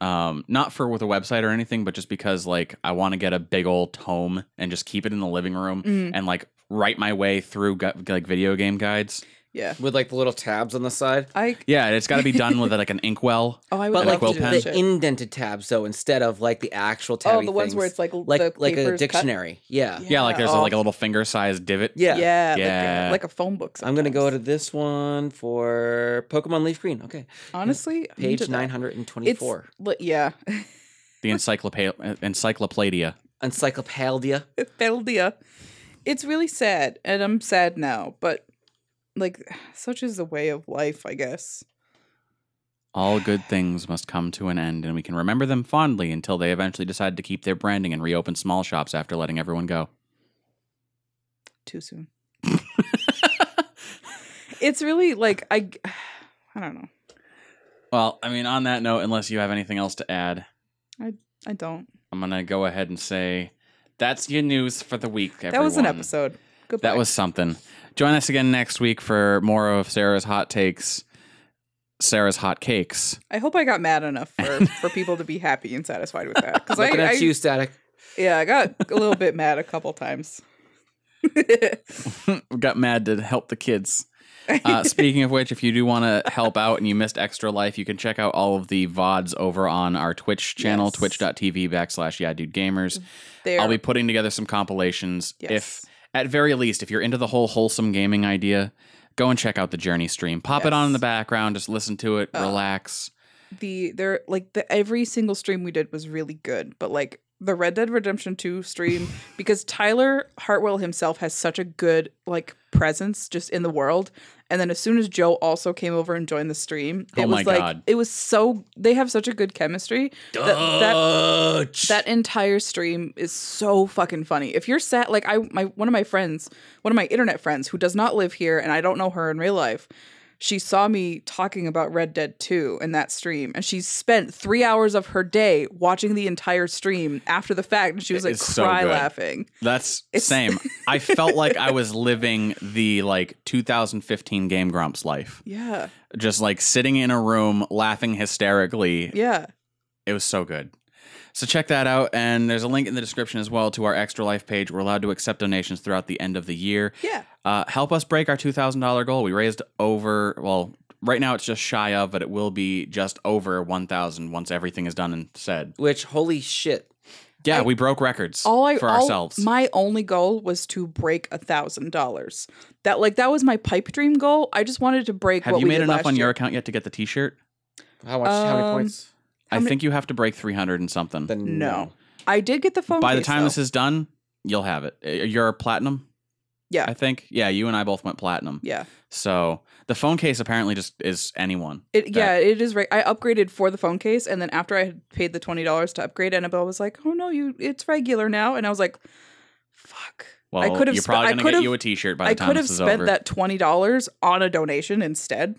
A: Um, not for with a website or anything, but just because like I want to get a big old tome and just keep it in the living room
B: Mm.
A: and like write my way through gu- like video game guides.
B: Yeah.
C: with like the little tabs on the side.
B: I
A: Yeah, it's got to be done with like an inkwell.
B: oh I would
C: But
A: And a
B: love
C: like
A: quill
B: to do
C: the,
A: pen.
B: that
C: the
B: shit.
C: indented tabs, though, instead of like the actual tabby
B: oh, the ones where
C: things.
B: it's like l-
C: like
B: the
C: like
B: papers
C: a
B: cut.
C: dictionary. Yeah.
A: Yeah, like there's a,
B: oh.
A: like a little finger sized divot.
C: yeah,
B: yeah,
A: Yeah.
B: Like, a, like a phone book.
C: I'm gonna go to
B: sometimes.
C: this one for Pokemon Leaf Green. Okay,
B: honestly I'm into
C: page
B: that.
C: nine hundred and twenty-four.
B: Li- Yeah, *laughs*
A: The encyclopedia, encyclopedia.
C: Encyclopedia.
B: Feldia. It's really sad, and I'm sad now. But like, such is the way of life, I guess.
A: All good things must come to an end, and we can remember them fondly until they eventually decide to keep their branding and reopen small shops after letting everyone go.
B: Too soon. It's really like I, g- *sighs* I don't know.
A: well, I mean, on that note, unless you have anything else to add,
B: I don't.
A: I'm gonna go ahead and say that's your news for the week. Everyone.
B: That was an episode. Goodbye.
A: That was something. Join us again next week for more of Sarah's hot takes, Sarah's hot cakes. *laughs*
B: I hope I got mad enough for for people to be happy and satisfied with that. Because I,
C: Looking
B: I
C: at you, Static.
B: yeah, I got a little bit mad a couple times. *laughs*
A: Uh, Got mad to help the kids. Uh,
B: *laughs*
A: speaking of which, if you do want to help out and you missed Extra Life, you can check out all of the VODs over on our Twitch channel,
B: Yes.
A: twitch.tv backslash yeah dude gamers.
B: there.
A: I'll be putting together some compilations.
B: Yes.
A: If at very least, if you're into the whole wholesome gaming idea, go and check out the Journey stream. Pop it on in
B: Yes.
A: the background, just listen to it,
B: Uh,
A: relax.
B: the there like the every single stream we did was really good, but like the Red Dead Redemption
A: *laughs*
B: 2 stream because Tyler Hartwell himself has such a good like presence just in the world. And then as soon as Joe also came over and joined the stream, it
A: Oh
B: was
A: my
B: like
A: God.
B: it was so they have such a good chemistry. That- that-
C: Dutch.
B: That entire stream is so fucking funny. If you're sat like I my one of my friends, one of my internet friends who does not live here and I don't know her in real life, she saw me talking about Red Dead 2 in that stream and she spent 3 hours of her day watching the entire stream after the fact and she was
A: It
B: like
A: is so
B: cry
A: good.
B: laughing.
A: That's
B: It's- *laughs*
A: same. I felt like I was living the like 2015 Game Grumps life.
B: Yeah.
A: Just like sitting in a room laughing hysterically.
B: Yeah.
A: It was so good. So check that out and there's a link in the description as well to our Extra Life page. We're allowed to accept donations throughout the end of the year.
B: Yeah.
A: Uh, help us break our $2,000 goal. We raised over, well, right now it's just shy of, but it will be just over 1,000 once everything is done and said.
C: Which holy shit.
A: Yeah,
B: I-
A: we broke records
B: all I
A: for
B: all-
A: ourselves.
B: My only goal was to break a thousand dollars. That like that was my pipe dream goal. I just wanted to break.
A: Have
B: what
A: you
B: we
A: made
B: did
A: enough
B: last
A: on your
B: year.
A: account yet to get the t-shirt?
C: How much? how many
B: Um,
C: points?
B: How
A: I
B: many-
A: think you have to break 300 and something.
C: Then
B: No. I did get the phone.
A: By the
B: case,
A: time
B: though.
A: this is done, you'll have it. Uh, You're platinum?
B: Yeah.
A: I think. Yeah, you and I both went platinum.
B: yeah,
A: So the phone case apparently just is anyone.
B: it
A: That-
B: yeah it is right. I upgraded for the phone case, and then after I had paid the twenty dollars to upgrade, Annabelle was like, "Oh no, you it's regular now," and I was like, "Fuck."
A: Well,
B: I could have
A: you're
B: spe- I
A: probably
B: could
A: going to
B: have-
A: get you a t-shirt by the
B: I
A: time
B: could have
A: this is
B: spent
A: over.
B: that twenty dollars on a donation instead.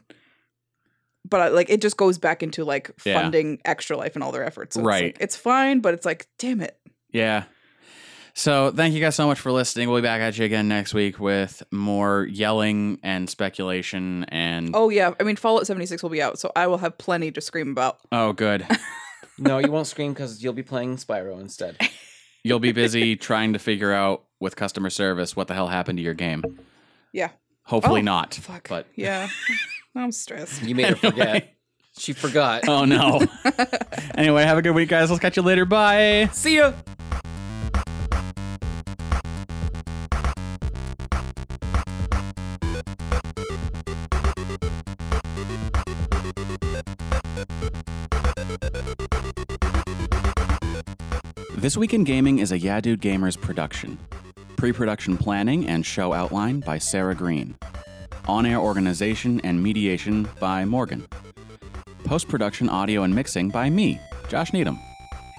B: But I, like it just goes back into like
A: Yeah.
B: funding extra life and all their efforts. So it's, like,
A: Right.
B: it's fine, but it's like, damn it.
A: Yeah. So thank you guys so much for listening. We'll be back at you again next week with more yelling and speculation and oh,
B: Oh yeah, I mean Fallout 76 will be out, so I will have plenty to scream about.
A: Oh,
B: *laughs*
A: good.
C: no, you won't scream because you'll be playing
B: *laughs*
C: Spyro instead.
A: You'll be busy trying to figure out with customer service what the hell happened to your game.
B: Yeah.
A: Hopefully
B: Oh,
A: not.
B: Fuck.
A: But *laughs*
B: yeah, I'm stressed.
C: You made her forget. she forgot.
B: Um,
A: Oh no.
B: *laughs*
A: anyway, have a good week guys. Let's catch you later. Bye.
B: See ya.
A: This Week in Gaming is a Yeah Dude Gamers production. Pre production planning and show outline by Sarah Green. On air organization and mediation by Morgan. Post production audio and mixing by me, Josh Needham.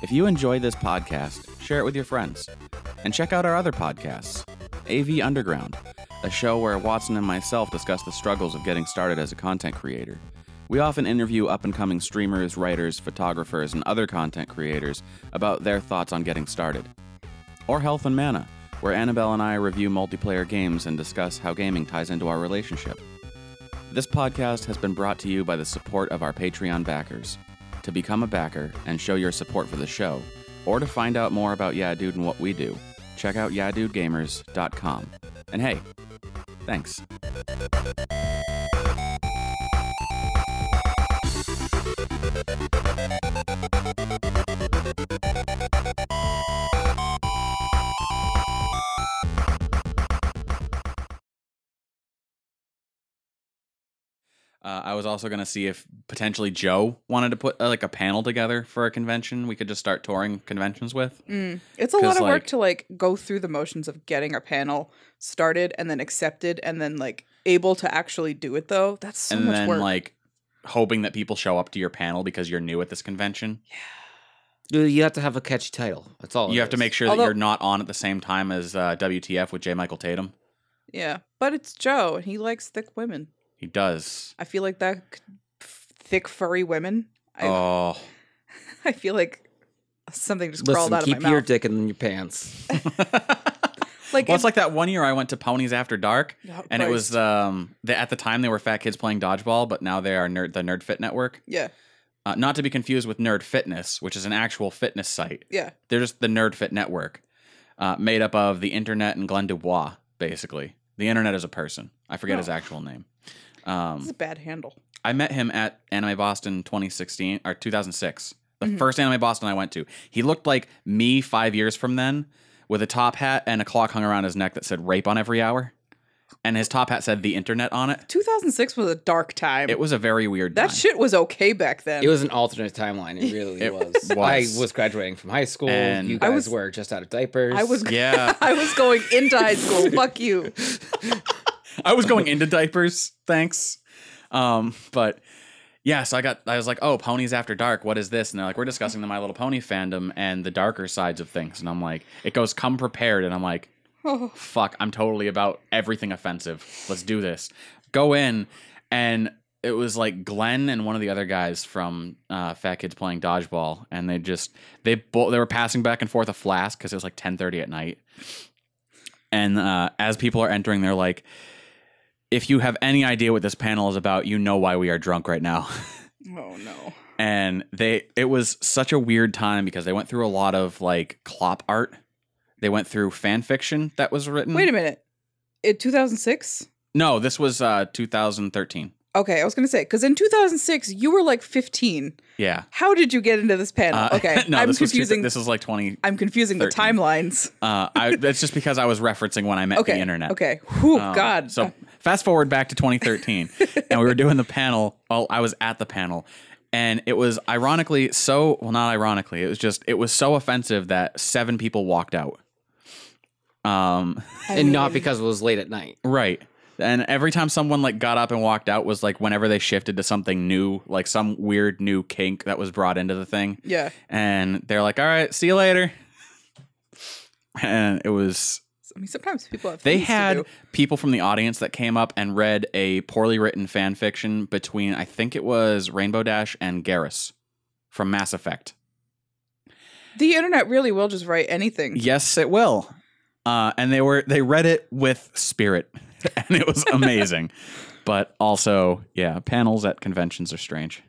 A: If you enjoy this podcast, share it with your friends. And check out our other podcasts AV Underground, a show where Watson and myself discuss the struggles of getting started as a content creator. We often interview up and coming streamers, writers, photographers, and other content creators about their thoughts on getting started. Or Health and Mana, where Annabelle and I review multiplayer games and discuss how gaming ties into our relationship. This podcast has been brought to you by the support of our Patreon backers. To become a backer and show your support for the show, or to find out more about Yeah Dude and what we do, check out YaDudeGamers.com. And hey, thanks. Uh, I was also going to see if potentially Joe wanted to put uh, like a panel together for a convention we could just start touring conventions with.
B: Mm. It's a lot
A: 'Cause,
B: of work
A: like-
B: to like go through the motions of getting a panel started and then accepted and then like able to actually do it though. That's so
A: and
B: much
A: then
B: work.
A: like hoping that people show up to your panel because you're new at this convention.
C: You- You have to have a catchy title. That's all.
A: you have to make sure
B: Although-
A: that you're not on at the same time as uh, WTF with J. Michael Tatum.
B: yeah, but it's Joe and he likes thick women.
A: He does.
B: I feel like that c- f- thick furry women. *laughs* I,
A: oh,
B: I feel like something just crawled
C: Listen,
B: out
C: keep
B: of my
C: your
B: mouth.
C: dick in your pants.
B: Like,
A: well, it's like that one year I went to Ponies After Dark,
B: *laughs* Yeah,
A: and it
B: Christ.
A: was um the, at the time they were fat kids playing dodgeball, but now they are nerd the Nerd Fit Network.
B: yeah,
A: Uh, not to be confused with Nerd Fitness, which is an actual fitness site.
B: yeah.
A: They're just the Nerd Fit Network, uh, made up of the internet and Glenn Dubois, basically. The internet is a person. I forget
B: Oh.
A: his actual name.
B: This
A: Um,
B: is a bad handle.
A: I met him at Anime Boston 2016 or 2006, the
B: Mhm.
A: first Anime Boston I went to. He looked like me five years from then, with a top hat and a clock hung around his neck that said "rape" on every hour, and his top hat said "the internet" on it.
B: 2006 was a dark time.
A: It was a very weird.
B: that
A: time.
B: shit was okay back then.
C: It was an alternate timeline. It really
A: It
C: was.
A: was.
C: I was graduating from high school.
A: And-
C: you
A: I
C: guys
B: was-
C: were just out of diapers.
B: I was
A: Yeah,
B: *laughs* I was going into high school.
A: *laughs*
B: Fuck you.
A: I was going into diapers. Thanks, um, but. Yeah, so I got. I was like, "Oh, ponies after dark. What is this?" And they're like, "We're discussing the My Little Pony fandom and the darker sides of things." And I'm like, "It goes come prepared," and I'm like,
B: Oh,
A: fuck, I'm totally about everything offensive. Let's do this. Go in. And it was like Glenn and one of the other guys from uh, Fat Kids playing dodgeball. And they just, they bo- they were passing back and forth a flask because it was like 1030 at night. And uh, as people are entering, they're like, if you have any idea what this panel is about, you know why we are drunk right now. *laughs*
B: oh no.
A: and they it was such a weird time because they went through a lot of like clop art. They went through fan fiction that was written.
B: Wait a minute. In 2006?
A: No, this was uh 2013.
B: Okay, I was gonna say because in 2006 you were like 15.
A: Yeah.
B: How did you get into this panel?
A: Uh, *laughs*
B: okay,
A: no,
B: I'm
A: this was two-
B: confusing.
A: this is like 20.
B: I'm confusing the
A: 13.
B: timelines.
A: Uh, I, that's just because I was referencing when I met
B: Okay,
A: the internet.
B: Okay. Whew,
A: Um,
B: God.
A: So fast forward back to 2013, and we were doing the panel. Well, I was at the panel, and it was ironically so well, not ironically. It was just it was so offensive that seven people walked out. Um.
B: I
C: and not
B: mean,
C: because it was late at night.
A: Right. And every time someone like got up and walked out was like whenever they shifted to something new, like some weird new kink that was brought into the thing.
B: Yeah.
A: and they're like, "All right, see you later." *laughs* And it was
B: I mean, sometimes people have.
A: they
B: things to
A: had
B: do.
A: people from the audience that came up and read a poorly written fan fiction between I think it was Rainbow Dash and Garrus from Mass Effect.
B: the internet really will just write anything.
A: Yes, it will. Uh, and they were they read it with spirit, *laughs* and it was amazing. but also, yeah, panels at conventions are strange.